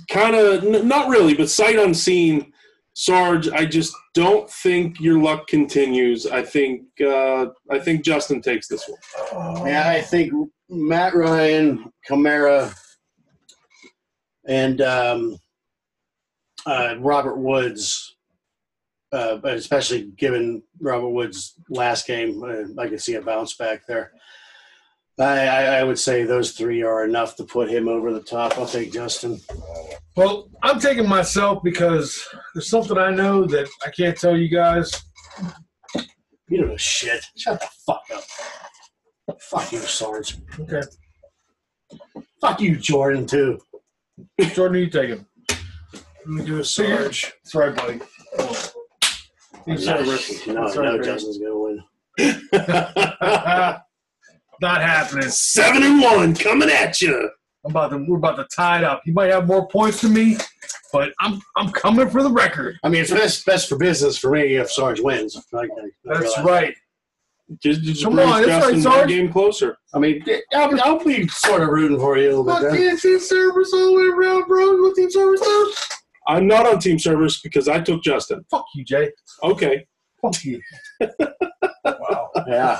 S2: kind of n- not really, but sight unseen. Sarge, I just don't think your luck continues. I think uh, I think Justin takes this one.
S3: Yeah, I think Matt Ryan, Kamara, and um, uh, Robert Woods, uh, but especially given Robert Woods' last game, uh, I could see a bounce back there. I, I, I would say those three are enough to put him over the top. I'll take Justin.
S1: Well, I'm taking myself because there's something I know that I can't tell you guys.
S3: You don't know shit. Shut the fuck up. Fuck you, Sarge.
S1: Okay,
S3: Fuck you, Jordan, too.
S1: Jordan, you take him.
S5: I'm gonna go Sarge.
S1: That's right, buddy. You said it, Rick.
S3: No, I
S1: Sorry,
S3: know
S1: Rick.
S3: Justin's going to win.
S1: Not happening.
S2: Seven and one coming at you.
S1: I'm about to, we're about to tie it up. He might have more points than me, but I'm I'm coming for the record.
S3: I mean, it's best best for business for me if Sarge wins. I- I- I
S1: That's
S3: realize.
S1: right.
S2: Just, just
S1: Come
S2: brings
S1: on, that's
S2: Justin
S1: right,
S2: one
S1: Sarge.
S2: game closer.
S3: I mean, I'll, I'll be sort of rooting for you a little bit. there.
S1: team service all the way around, bro. What team service though?
S2: I'm not on team service because I took Justin.
S1: Fuck you, Jay.
S2: Okay,
S1: Fuck you.
S3: Yeah,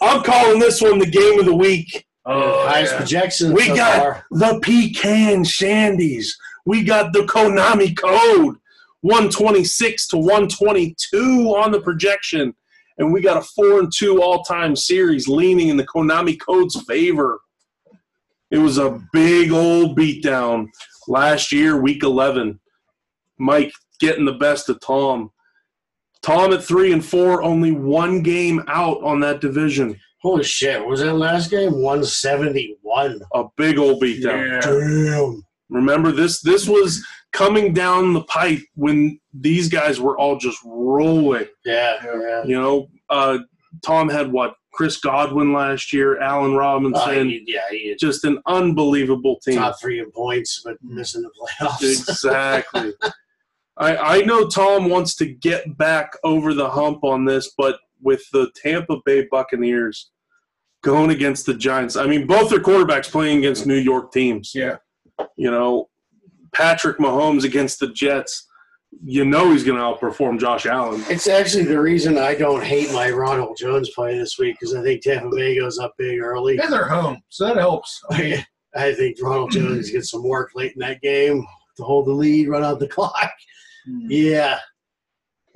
S2: I'm calling this one the game of the week.
S1: Oh,
S3: highest projection.
S2: We
S3: so
S2: got-
S3: far.
S2: the pecan shandies. We got the Konami code 126 to 122 on the projection. And we got a 4 and 2 all time series leaning in the Konami code's favor. It was a big old beatdown last year, week 11. Mike getting the best of Tom. Tom at 3 and 4, only one game out on that division.
S3: Holy shit! Was that last game one seventy one?
S2: A big old beatdown.
S1: Yeah.
S3: Damn.
S2: Remember this this was coming down the pipe when these guys were all just rolling.
S3: Yeah, yeah.
S2: You know, uh, Tom had what Chris Godwin last year, Allen
S3: Uh,
S2: Robinson,
S3: he- yeah, he
S2: just an unbelievable team.
S3: top three in points, but missing the playoffs.
S2: Exactly. I, I know Tom wants to get back over the hump on this, but with the Tampa Bay Buccaneers going against the Giants, I mean, both their quarterbacks playing against New York teams.
S1: Yeah.
S2: You know, Patrick Mahomes against the Jets, you know he's going to outperform Josh Allen.
S3: It's actually the reason I don't hate my Ronald Jones play this week because I think Tampa Bay goes up big early.
S1: And they're home, so that helps. I mean,
S3: I think Ronald Jones gets some work late in that game to hold the lead, run out the clock. Yeah.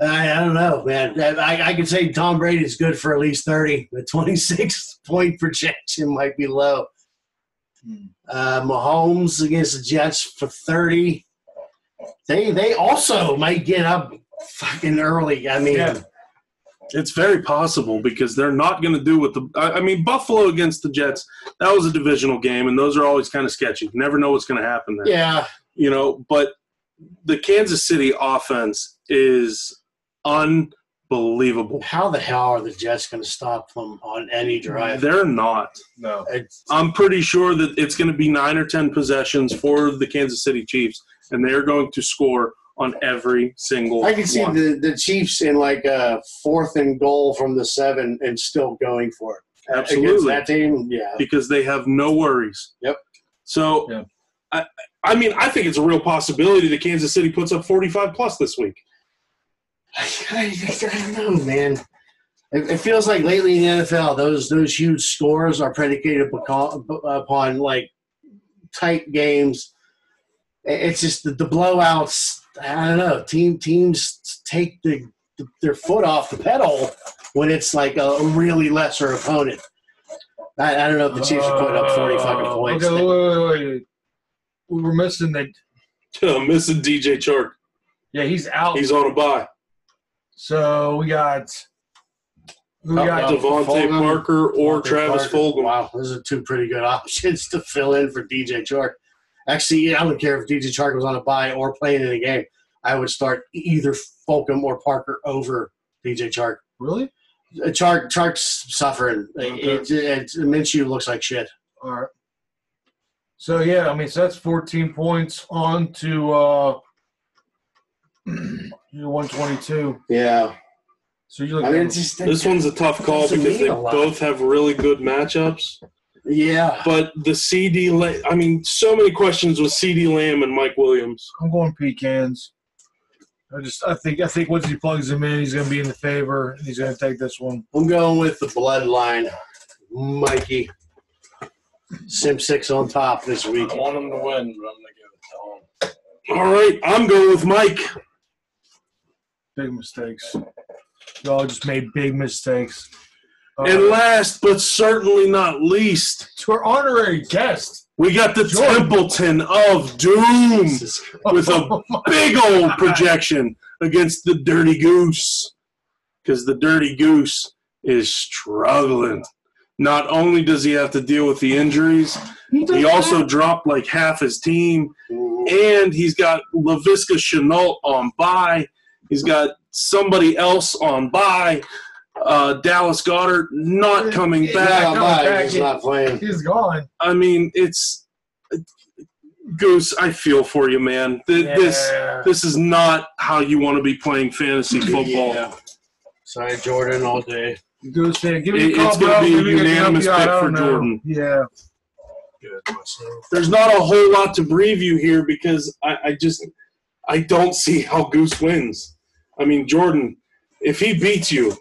S3: I, I don't know, man. I, I- I could say Tom Brady's good for at least 30. The 26 point projection might be low. Uh, Mahomes against the Jets for 30. They they also might get up fucking early. I mean,
S1: Yeah.
S2: It's very possible because they're not going to do what the. I, I mean, Buffalo against the Jets, that was a divisional game, and those are always kind of sketchy. You never know what's going to happen there.
S3: yeah.
S2: you know but the kansas city offense is unbelievable
S3: How the hell are the Jets going to stop them on any drive?
S2: they're not
S1: no.
S3: It's,
S2: i'm pretty sure that it's going to be nine or ten possessions for the kansas city chiefs and they're going to score on every single
S3: I can see
S2: one.
S3: the, the Chiefs in like a fourth and goal from the seven and still going for it. Against
S2: absolutely
S3: that team, yeah.
S2: because they have no worries
S3: Yep.
S2: so
S1: Yeah.
S2: I, I mean i think it's a real possibility that kansas city puts up 45 plus this week
S3: I, don't know, man. It, it feels like lately in the NFL, those those huge scores are predicated beca- upon like tight games. It- It's just the, the blowouts. I don't know. Team teams take the, the their foot off the pedal when it's like a really lesser opponent. I, I don't know if the Chiefs are putting up forty fucking
S1: Uh,
S3: points.
S1: okay, wait, wait, wait, wait. We were missing that.
S2: missing dj chark
S1: Yeah, he's out.
S2: he's on a bye
S1: so we got. Who we
S3: Oh,
S1: got?
S3: no.
S2: Devontae
S3: Fulgham.
S2: Parker or Travis
S3: Parker.
S2: Fulgham.
S3: Wow, those are two pretty good options to fill in for DJ Chark. Actually, I don't care if DJ Chark was on a bye or playing in a game. I would start either Fulgham or Parker over DJ Chark.
S1: Really?
S3: Uh, Chark Chark's suffering.
S1: Okay.
S3: It, it, it, Minshew looks like shit.
S1: All right. So yeah, I mean, so that's 14 points on to uh, you're 122.
S3: Yeah,
S1: So you look.
S3: I mean, it's just
S2: This one's a tough call
S3: Doesn't
S2: because
S3: mean
S2: they
S3: a lot.
S2: both have really good matchups.
S3: yeah.
S2: But the CD, La- I mean, so many questions with CD Lamb and Mike Williams.
S1: I'm going pecans. I just, I think, I think once he plugs him in, he's going to be in the favor. He's going to take this one.
S3: I'm going with the bloodline, Mikey. Sim six on top this
S4: I
S3: week.
S4: want him to win, but I'm gonna give it to him.
S2: All right, I'm going with Mike.
S1: Big mistakes. Y'all just made big mistakes. Uh,
S2: And last but certainly not least,
S1: to our honorary guest
S2: we got the
S1: Jordan.
S2: Templeton of Doom
S3: Jesus Christ.
S2: with a big old projection against the Dirty Goose. Because the Dirty Goose is struggling. Not only does he have to deal with the injuries, He also dropped like half his team, and he's got Lavisca Chenault on bye. He's got somebody else on bye. Uh, Dallas Goddard not coming
S1: Yeah,
S2: back.
S3: Not on bye,
S1: back
S3: he's
S1: in.
S3: not playing.
S1: he's gone.
S2: I mean, it's Goose. I feel for you, man. Th- This
S1: Yeah.
S2: this is not how you want to be playing fantasy football.
S3: Yeah. Sorry, Jordan, all day.
S1: Goose fan, give me
S2: It-
S1: a call,
S2: it's gonna
S1: bro.
S2: be
S1: Give me a
S2: unanimous
S1: jump shot.
S2: pick
S1: I don't
S2: for
S1: know.
S2: Jordan.
S1: Yeah,
S4: Good myself.
S2: There's not a whole lot to preview here because I, I just I don't see how Goose wins. I mean, Jordan, if he beats you,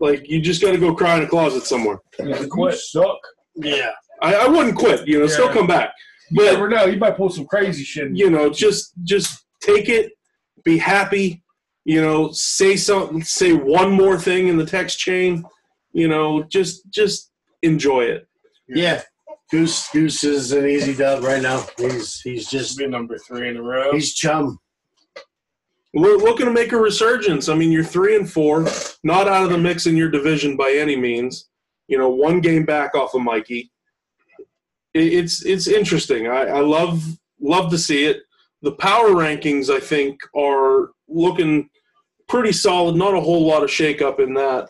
S2: like you just got to go cry in a closet somewhere.
S1: yeah quit. Suck.
S3: Yeah.
S2: I, I wouldn't quit, you know, still
S1: Yeah.
S2: come back,
S1: You
S2: but
S1: never know. You might pull some crazy shit.
S2: you know, just just take it, be happy, you know, say something, say one more thing in the text chain, you know, just just enjoy it.
S3: Yeah. Goose Goose is an easy dub right now. He's he's
S4: This
S3: just
S4: will be number three in a row.
S3: he's chum.
S2: We're looking to make a resurgence. I mean, you're three and four, not out of the mix in your division by any means. You know, one game back off of Mikey. I- It's it's interesting. I, I love Love to see it. The power rankings, I think, are looking pretty solid. Not a whole lot of shakeup in that.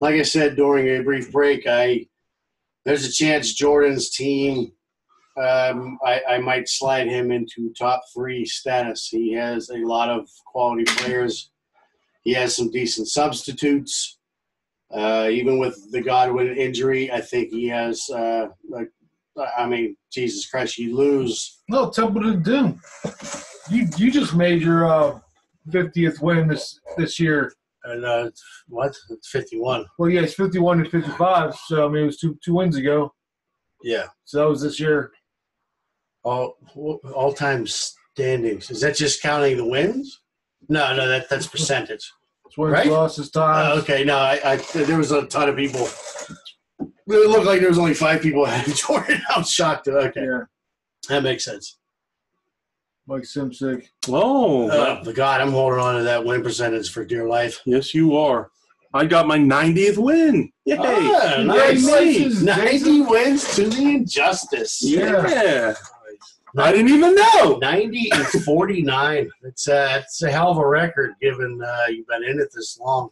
S3: like I said during a brief break, I there's a chance Jordan's team. Um, I, I might slide him into top three status. He has a lot of quality players. He has some decent substitutes. Uh, even with the Godwin injury, I think he has. Uh, like, I mean, Jesus Christ, you lose.
S1: No, Templeton Doom. You you just made your uh, fiftieth win this this year.
S3: And uh, what? Fifty-one.
S1: Well, yeah, it's fifty-one and fifty-five. So I mean, it was two two wins ago.
S3: Yeah.
S1: So that was this year.
S3: All all time standings. Is that just counting the wins? No, no, that that's percentage.
S1: It's wins,
S3: Right?
S1: losses,
S3: Uh,
S1: times.
S3: okay, no, I, I there was a ton of people. It looked like there was only five people that had Jordan. I was shocked. Oh, Okay,
S1: Yeah,
S3: that makes sense.
S1: Mike Simsick.
S2: Oh,
S3: Uh, but God, I'm holding on to that win percentage for dear life.
S2: yes, you are. I got my 90th win. Yay!
S3: Ah, nice.
S1: Congratulations,
S3: Ninety
S1: Jason.
S3: wins to the injustice.
S1: Yeah.
S2: yeah. I didn't even know.
S3: Ninety and forty-nine. It's a it's a hell of a record, given uh, you've been in it this long.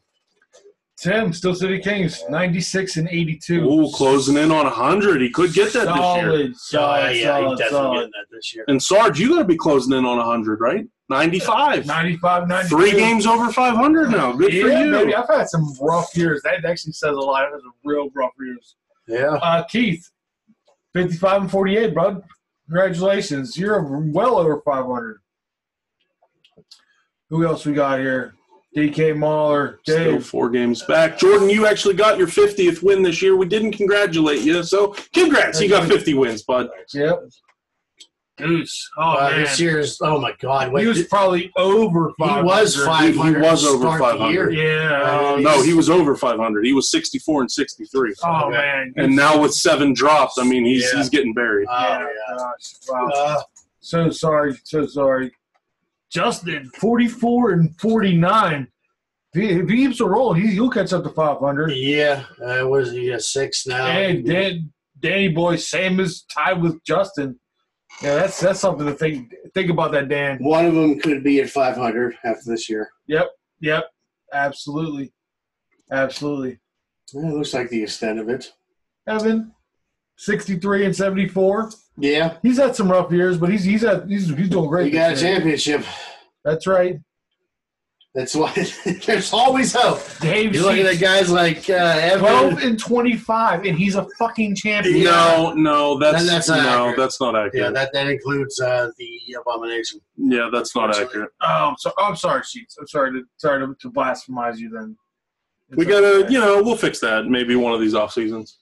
S1: Tim, Still City Kings, ninety-six and eighty-two.
S2: Ooh, closing in on 100. He could get that this year.
S1: solid,
S3: uh,
S1: solid,
S3: yeah, you
S1: solid,
S3: definitely
S1: solid.
S3: getting that this year.
S2: And Sarge, you got to be closing in on 100, right? 95.
S1: 95, 92.
S2: Three games over 500 now. Good for
S1: yeah,
S2: you.
S1: baby. I've had some rough years. That actually says a lot. Those are real rough years.
S3: Yeah,
S1: Uh, Keith, 55 and 48, bud. Congratulations. You're well over 500. Who else we got here? DK Mahler,
S2: Still
S1: Dave.
S2: four games back. Jordan, you actually got your 50th win this year. We didn't congratulate you, so congrats. You got 50 wins, bud.
S1: Yep. Goose. Oh,
S3: uh,
S1: man.
S3: this year's. Oh my God, wait,
S1: he was probably over 500.
S3: He was
S2: He- he
S3: 500.
S2: was
S3: to
S2: over
S3: start the
S2: 500.
S3: year.
S1: Yeah.
S3: Uh,
S2: No, he was over 500. He was 64 and 63.
S1: Oh, man.
S2: And now with seven drops, I mean, he's
S3: Yeah.
S2: he's getting buried.
S3: Oh,
S1: Yeah,
S3: yeah.
S1: gosh. Wow.
S3: Uh,
S1: So sorry, so sorry. Justin, 44 and 49. If he, if he keeps a roll, he, he'll catch up to 500.
S3: yeah, uh, was he a six now?
S1: And Dan, Danny Boy, same as tied with Justin. Yeah, that's that's something to think think about that, Dan.
S3: One of them could be at 500 after this year.
S1: Yep, absolutely, absolutely.
S3: It looks like the extent of it.
S1: Evan, 63 and 74.
S3: Yeah,
S1: He's had some rough years, but he's he's had, he's, he's doing great.
S3: you got a
S1: this year.
S3: championship.
S1: That's right.
S3: That's why there's always hope.
S1: Dave,
S3: You look at the
S1: Sheets,
S3: guys like uh,
S1: 12
S3: Evan.
S1: and 25, and he's a fucking champion.
S2: No, no, that's,
S3: Then that's
S2: no,
S3: not accurate.
S2: that's not accurate.
S3: Yeah, that, that includes uh, the abomination.
S2: yeah, that's not accurate.
S1: Oh, I'm sorry. Oh, I'm sorry, Sheets. I'm sorry to sorry to, to blasphemize you. Then
S2: We gotta, you know, we'll fix that. Maybe one of these off seasons.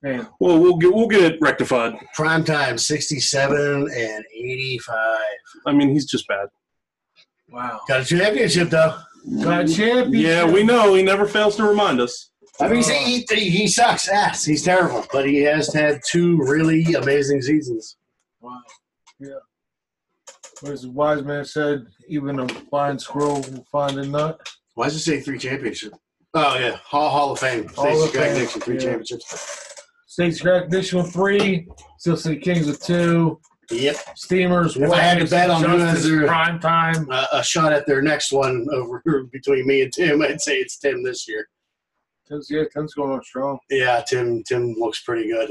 S1: Man,
S2: Well, we'll get we'll get it rectified.
S3: Prime time, 67 and 85.
S2: I mean, he's just bad.
S1: wow.
S3: Got a championship though.
S1: Got a champion.
S2: Yeah, we know. He never fails to remind us.
S3: I mean, he, he, he sucks ass. He's terrible, but he has had two really amazing seasons.
S1: Wow. Yeah. What As the wise man said, even a blind squirrel will find a nut.
S3: Why does it say three championships? Oh yeah, Hall Hall of Fame.
S1: Hall of
S3: Stacey Greg
S1: Fame,
S3: Nixon, three
S1: yeah.
S3: championships.
S1: States Crack Diction with three. Still City Kings with two.
S3: Yep,
S1: Steamers.
S3: If I had to
S1: Warriors,
S3: bet on who
S1: Justice,
S3: has their-
S1: prime time.
S3: uh, a shot at their next one over between me and Tim. I'd say it's Tim this year.
S1: Tim's, yeah, Tim's going on strong.
S3: Yeah, Tim. Tim looks pretty good,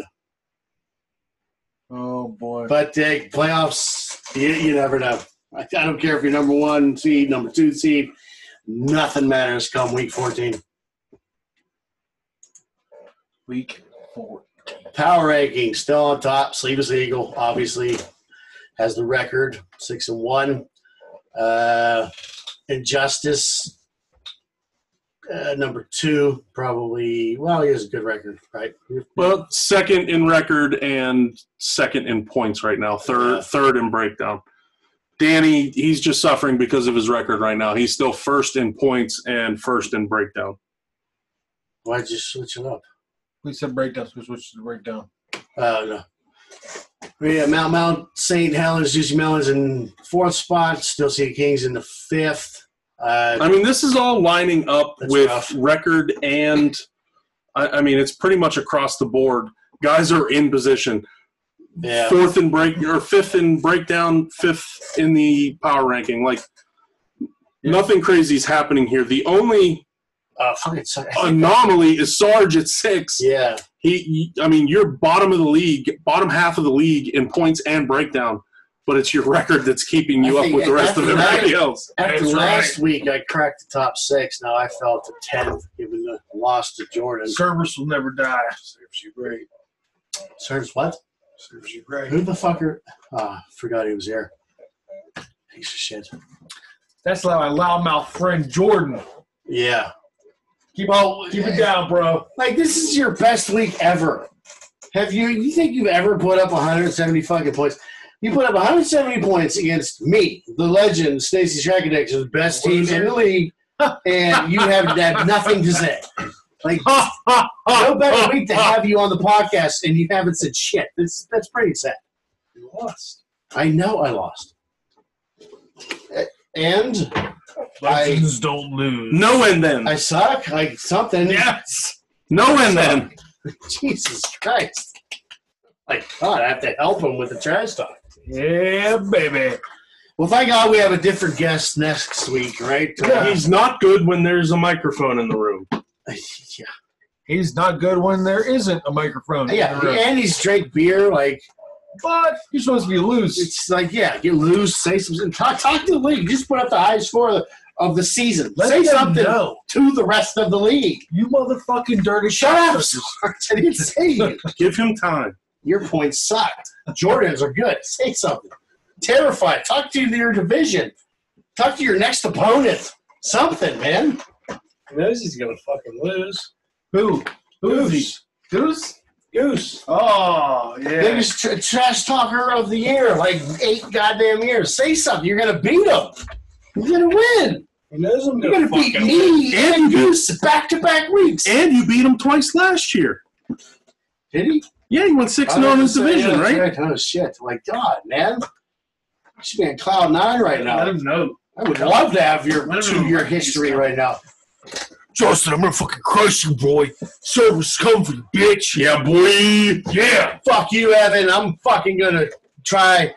S1: Oh boy.
S3: but uh, playoffs, you, you never know. I, I don't care if you're number one seed, number two seed. Nothing matters come week 14.
S1: Week four.
S3: Power ranking still on top. Sleepless Eagle obviously has the record six and one. Uh, Injustice uh, number two probably. Well, he has a good record, right?
S2: Well, second in record and second in points right now. Third, third in breakdown. Danny, he's just suffering because of his record right now. He's still first in points and first in breakdown.
S3: why'd you switch it up?
S1: We said breakdowns. We switched to the breakdown.
S3: Oh no. Yeah, Mount Mount St. Helens, Juicy Melons in fourth spot. Still see Kings in the fifth. Uh,
S2: I mean, this is all lining up
S3: That's
S2: with
S3: rough.
S2: record and I, I mean, it's pretty much across the board. Guys are in position.
S3: Yeah.
S2: fourth and break or fifth in breakdown, fifth in the power ranking. Like nothing crazy is happening here. The only
S3: Uh, fucking sorry.
S2: anomaly is Sarge at six.
S3: Yeah.
S2: He, I mean, you're bottom of the league, bottom half of the league in points and breakdown, but it's your record that's keeping you
S3: I
S2: up
S3: think
S2: with the rest of
S3: that's right.
S2: everybody else.
S3: After
S4: That's
S3: last week, I cracked the top six. Now I fell to 10th, given the loss to Jordan.
S1: Service will never die.
S4: Serves you right.
S3: Serves what?
S4: Serves you right.
S3: Who the fucker? Ah, forgot he was here. Piece of shit.
S1: That's like my loudmouth friend Jordan.
S3: Yeah.
S1: Keep,
S3: Well,
S4: Oh,
S1: keep it down, bro.
S3: Like this is your best week ever. Have you? You think you've ever put up 170 fucking points? You put up 170 points against me, the legend, Stacy Shrakadix, the best team in the league, and you have, have nothing to say. Like no better week to have you on the podcast, and you haven't said shit. That's that's pretty sad.
S4: You lost.
S3: I know I lost. Uh, And I
S7: Legends don't lose.
S2: No and then.
S3: I suck. Like something.
S2: Yes. No and then.
S3: Jesus Christ. My God, I have to help him with the trash talk.
S1: Yeah, baby.
S3: Well, thank God we have a different guest next week, right? Uh,
S2: He's not good when there's a microphone in the room.
S3: yeah.
S1: He's not good when there isn't a microphone. in
S3: Uh, yeah.
S1: the room.
S3: And he's drank beer. Like,
S1: But you're supposed to be loose.
S3: it's like, yeah, you lose, say something. Talk, talk to the league. You just put up the highest score of the, of the season.
S1: Let
S3: say
S1: them
S3: something
S1: know.
S3: to the rest of the league.
S1: You motherfucking dirty.
S3: Shut up, Sarge. I didn't say you.
S2: Give him time.
S3: Your points sucked. Jordan's are good. Say something. Terrified. Talk to your division. Talk to your next opponent. Something, man.
S5: He knows he's gonna fucking lose.
S1: Who? Who is he? Goose?
S5: Goose.
S1: Oh, yeah.
S3: Biggest tr- trash talker of the year, like eight goddamn years. Say something. You're gonna beat him. You're gonna win.
S5: He knows I'm
S3: You're gonna
S5: gonna
S3: beat
S5: fucking
S3: me
S2: And
S3: and
S2: you-
S3: Goose back to back weeks.
S2: And you beat him twice last year.
S3: Did he?
S2: Yeah, he won six
S3: I
S2: and oh
S3: was
S2: in his
S3: gonna say,
S2: division,
S3: yeah,
S2: right?
S3: that's Oh shit! Like God, man. You should be in cloud nine right
S1: Let
S3: now.
S1: him know.
S3: I would love to have your
S1: Let him-
S3: two year history right now.
S7: Justin, I'm gonna fucking crush you, boy. Service comfy, bitch.
S2: Yeah, boy.
S7: Yeah.
S3: Fuck you, Evan. I'm fucking gonna try.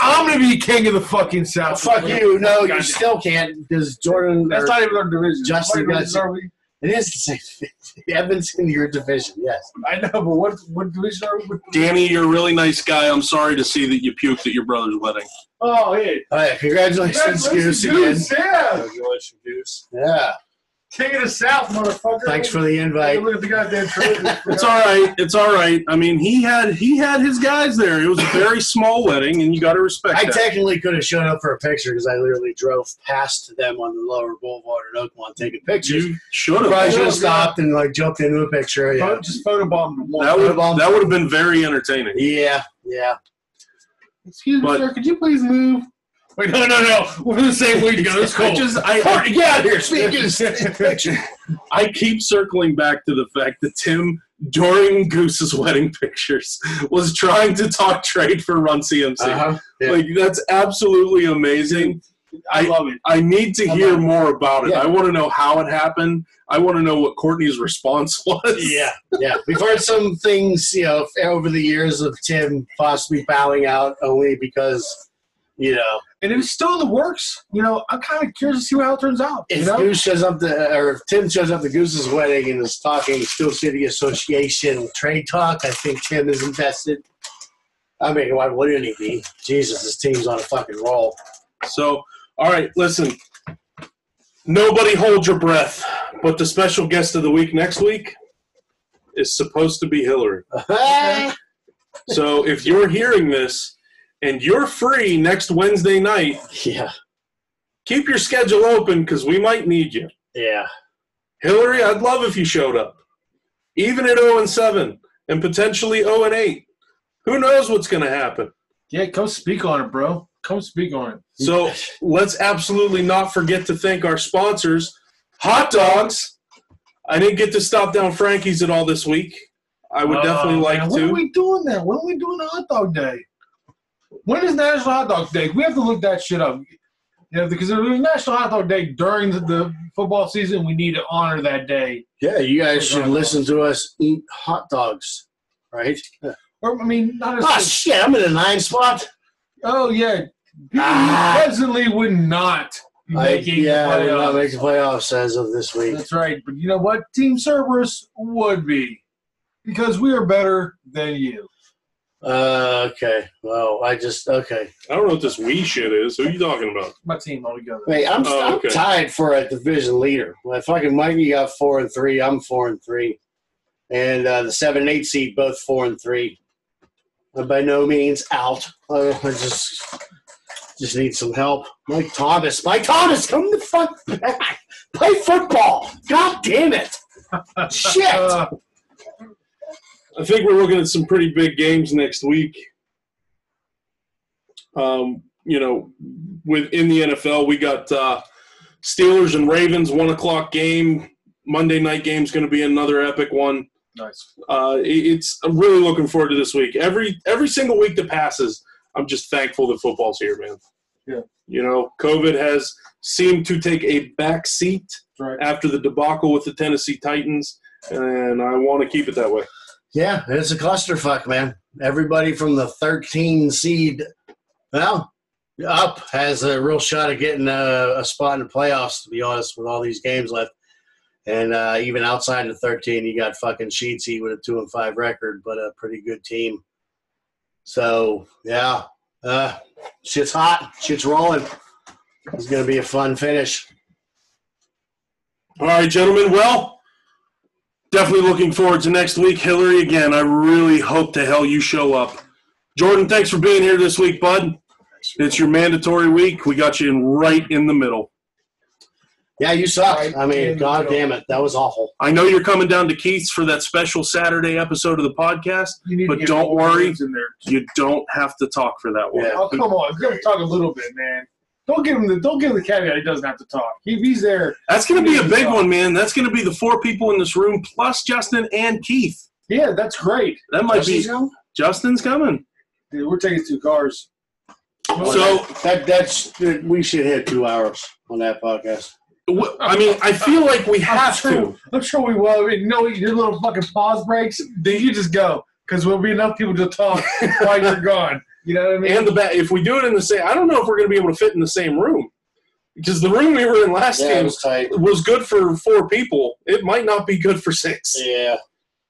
S1: I'm going to be king of the fucking South.
S3: Fuck you. No, you
S1: Goddamn.
S3: still can't because Jordan.
S1: That's
S3: or-
S1: not even our division.
S3: Justin
S1: What
S3: got
S1: division are we?
S3: it is the same. thing. Evan's in your division. Yes.
S1: I know, but what, what division are we?
S2: Danny, you're a really nice guy. I'm sorry to see that you puked at your brother's wedding.
S1: Oh, yeah.
S3: All right, congratulations, Goose again.
S1: Goose, yeah.
S4: Congratulations, Goose.
S3: Yeah,
S1: King of the South, motherfucker.
S3: thanks for the invite.
S1: Look at the goddamn
S2: It's all right. It's all right. I mean, he had he had his guys there. It was a very small wedding, and you got to respect
S3: I
S2: that.
S3: technically could have shown up for a picture because I literally drove past them on the lower boulevard in Oakmont taking pictures.
S2: you should have.
S3: Probably should
S1: Yeah.
S3: have stopped and like jumped into a picture. Yeah,
S1: Just photobombed one.
S2: That would that would have been very entertaining.
S3: yeah, yeah.
S1: Excuse
S2: But-
S1: me, sir. Could you please move? Wait, no, no, no. We're the same way together. It's
S2: I
S1: cold.
S2: just I, I
S3: Get out of here, speakers.
S2: I keep circling back to the fact that Tim during Goose's wedding pictures was trying to talk trade for Run CMC.
S3: Uh-huh. Yeah.
S2: Like that's absolutely amazing.
S1: I love it.
S2: I need to hear more about it.
S3: Yeah.
S2: I want to know how it happened. I want to know what Courtney's response was.
S3: Yeah, yeah. We've heard some things, you know, over the years of Tim possibly bowing out only because, you know,
S1: And it's still in the works. You know, I'm kind of curious to see how it turns out.
S3: if
S1: you know?
S3: Goose shows up to, or if Tim shows up to Goose's wedding and is talking Steel City Association trade talk, I think Tim is invested. I mean, why wouldn't he be? Jesus, his team's on a fucking roll.
S2: So, all right, listen. Nobody hold your breath, but the special guest of the week next week is supposed to be Hillary. So, if you're hearing this and you're free next Wednesday night,
S3: yeah,
S2: keep your schedule open because we might need you.
S3: yeah.
S2: Hillary, I'd love if you showed up, even at 0 and 7 and potentially 0 and 8. Who knows what's going to happen?
S1: Yeah, come speak on it, bro. Come speak on it.
S2: So let's absolutely not forget to thank our sponsors, hot dogs. I didn't get to stop down Frankie's at all this week. I would definitely like
S1: Uh, Oh, man, When
S2: to.
S1: are we doing that? When are we doing the hot dog day? When is National Hot Dog Day? We have to look that shit up. You know, because if there's National Hot Dog Day during the, the football season, we need to honor that day.
S3: Yeah, you guys should listen to us eat hot dogs, right?
S1: Or I mean, not as.
S3: Ah, shit, I'm in the nine spot.
S1: oh yeah,
S3: Ah.
S1: Presley would not be
S3: I,
S1: making
S3: yeah,
S1: the
S3: we're not
S1: playoffs.
S3: making playoffs as of this week.
S1: That's right. But you know what? Team Cerberus would be because we are better than you.
S3: Uh, okay. Well, I just okay.
S2: I don't know what this we shit is. Who are you talking about?
S1: My team only goes.
S3: Wait, I'm,
S2: Oh, okay.
S3: I'm tied for a division leader. Well, fucking Mikey got four and three. I'm four and three, and uh, the seven and eight seed both four and three. I'm by no means out. I, I just just need some help. Mike Thomas, Mike Thomas, come the fuck back. Play football. God damn it. Shit.
S1: Uh,
S2: I think we're looking at some pretty big games next week. Um, you know, within the NFL, we got uh, Steelers and Ravens one o'clock game. Monday night game's going to be another epic one.
S1: nice.
S2: Uh, it- it's I'm really looking forward to this week. Every every single week that passes, I'm just thankful that football's here, man.
S1: Yeah.
S2: You know, COVID has seemed to take a back seat
S1: That's right.
S2: after the debacle with the Tennessee Titans, and I want to keep it that way.
S3: Yeah, it's a clusterfuck, man. Everybody from the 13 seed, well, up has a real shot of getting a, a spot in the playoffs. To be honest, with all these games left, and uh, even outside the 13, you got fucking Sheetsy with a two and five record, but a pretty good team. So yeah, uh, shit's hot, shit's rolling. It's gonna be a fun finish.
S2: All right, gentlemen. Well, definitely looking forward to next week. Hillary, again, I really hope to hell you show up. Jordan, thanks for being here this week, bud. It's your mandatory week. We got you in right in the middle.
S3: Yeah, you suck.
S1: Right
S3: I
S1: in
S3: mean,
S1: the
S3: god
S1: middle.
S3: damn it, that was awful.
S2: I know you're coming down to Keith's for that special Saturday episode of the podcast.
S1: You need
S2: But
S1: to get
S2: don't
S1: all
S2: worry.
S1: the names in there.
S2: You don't have to talk for that one.
S3: Yeah.
S1: Oh come on, you got to talk a little bit, man. Don't give him the don't give him the caveat. He doesn't have to talk. If he's there,
S2: That's going to be a big one, man. That's going to be the four people in this room plus Justin and Keith.
S1: yeah, that's great.
S2: That might be
S3: So
S2: Justin's coming.
S1: Dude, we're taking two cars.
S2: So
S3: that that's we should hit two hours on that podcast.
S2: w- I mean, I feel like we
S1: I'm
S2: have to.
S1: sure, I'm sure we will. I mean, no, your little fucking pause breaks. Then you just go because there'll be enough people to talk while you're gone. You know what I mean?
S2: and the bat. If we do it in the same, I don't know if we're going to be able to fit in the same room because the room we were in last
S3: Yeah, it
S2: game
S3: was tight.
S2: was good for four people. It might not be good for six.
S3: Yeah.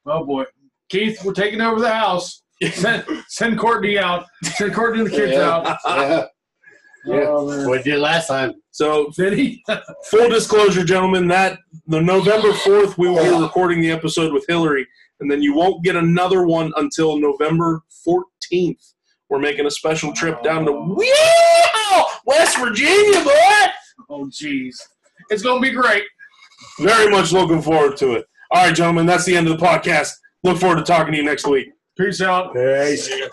S1: Oh boy, Keith, we're taking over the house. Send, send Courtney out. Send Courtney and the kids
S3: Yeah.
S1: out.
S3: yeah. Yeah.
S1: Oh, man.
S3: What did you last time?
S2: So,
S1: Did he?
S2: full disclosure, gentlemen, that the November fourth we will be recording the episode with Hillary, and then you won't get another one until November fourteenth. We're making a special trip down to Wee- West Virginia, boy.
S1: Oh jeez, it's gonna be great.
S2: Very much looking forward to it. All right, gentlemen, that's the end of the podcast. Look forward to talking to you next week.
S1: Peace out.
S5: Hey,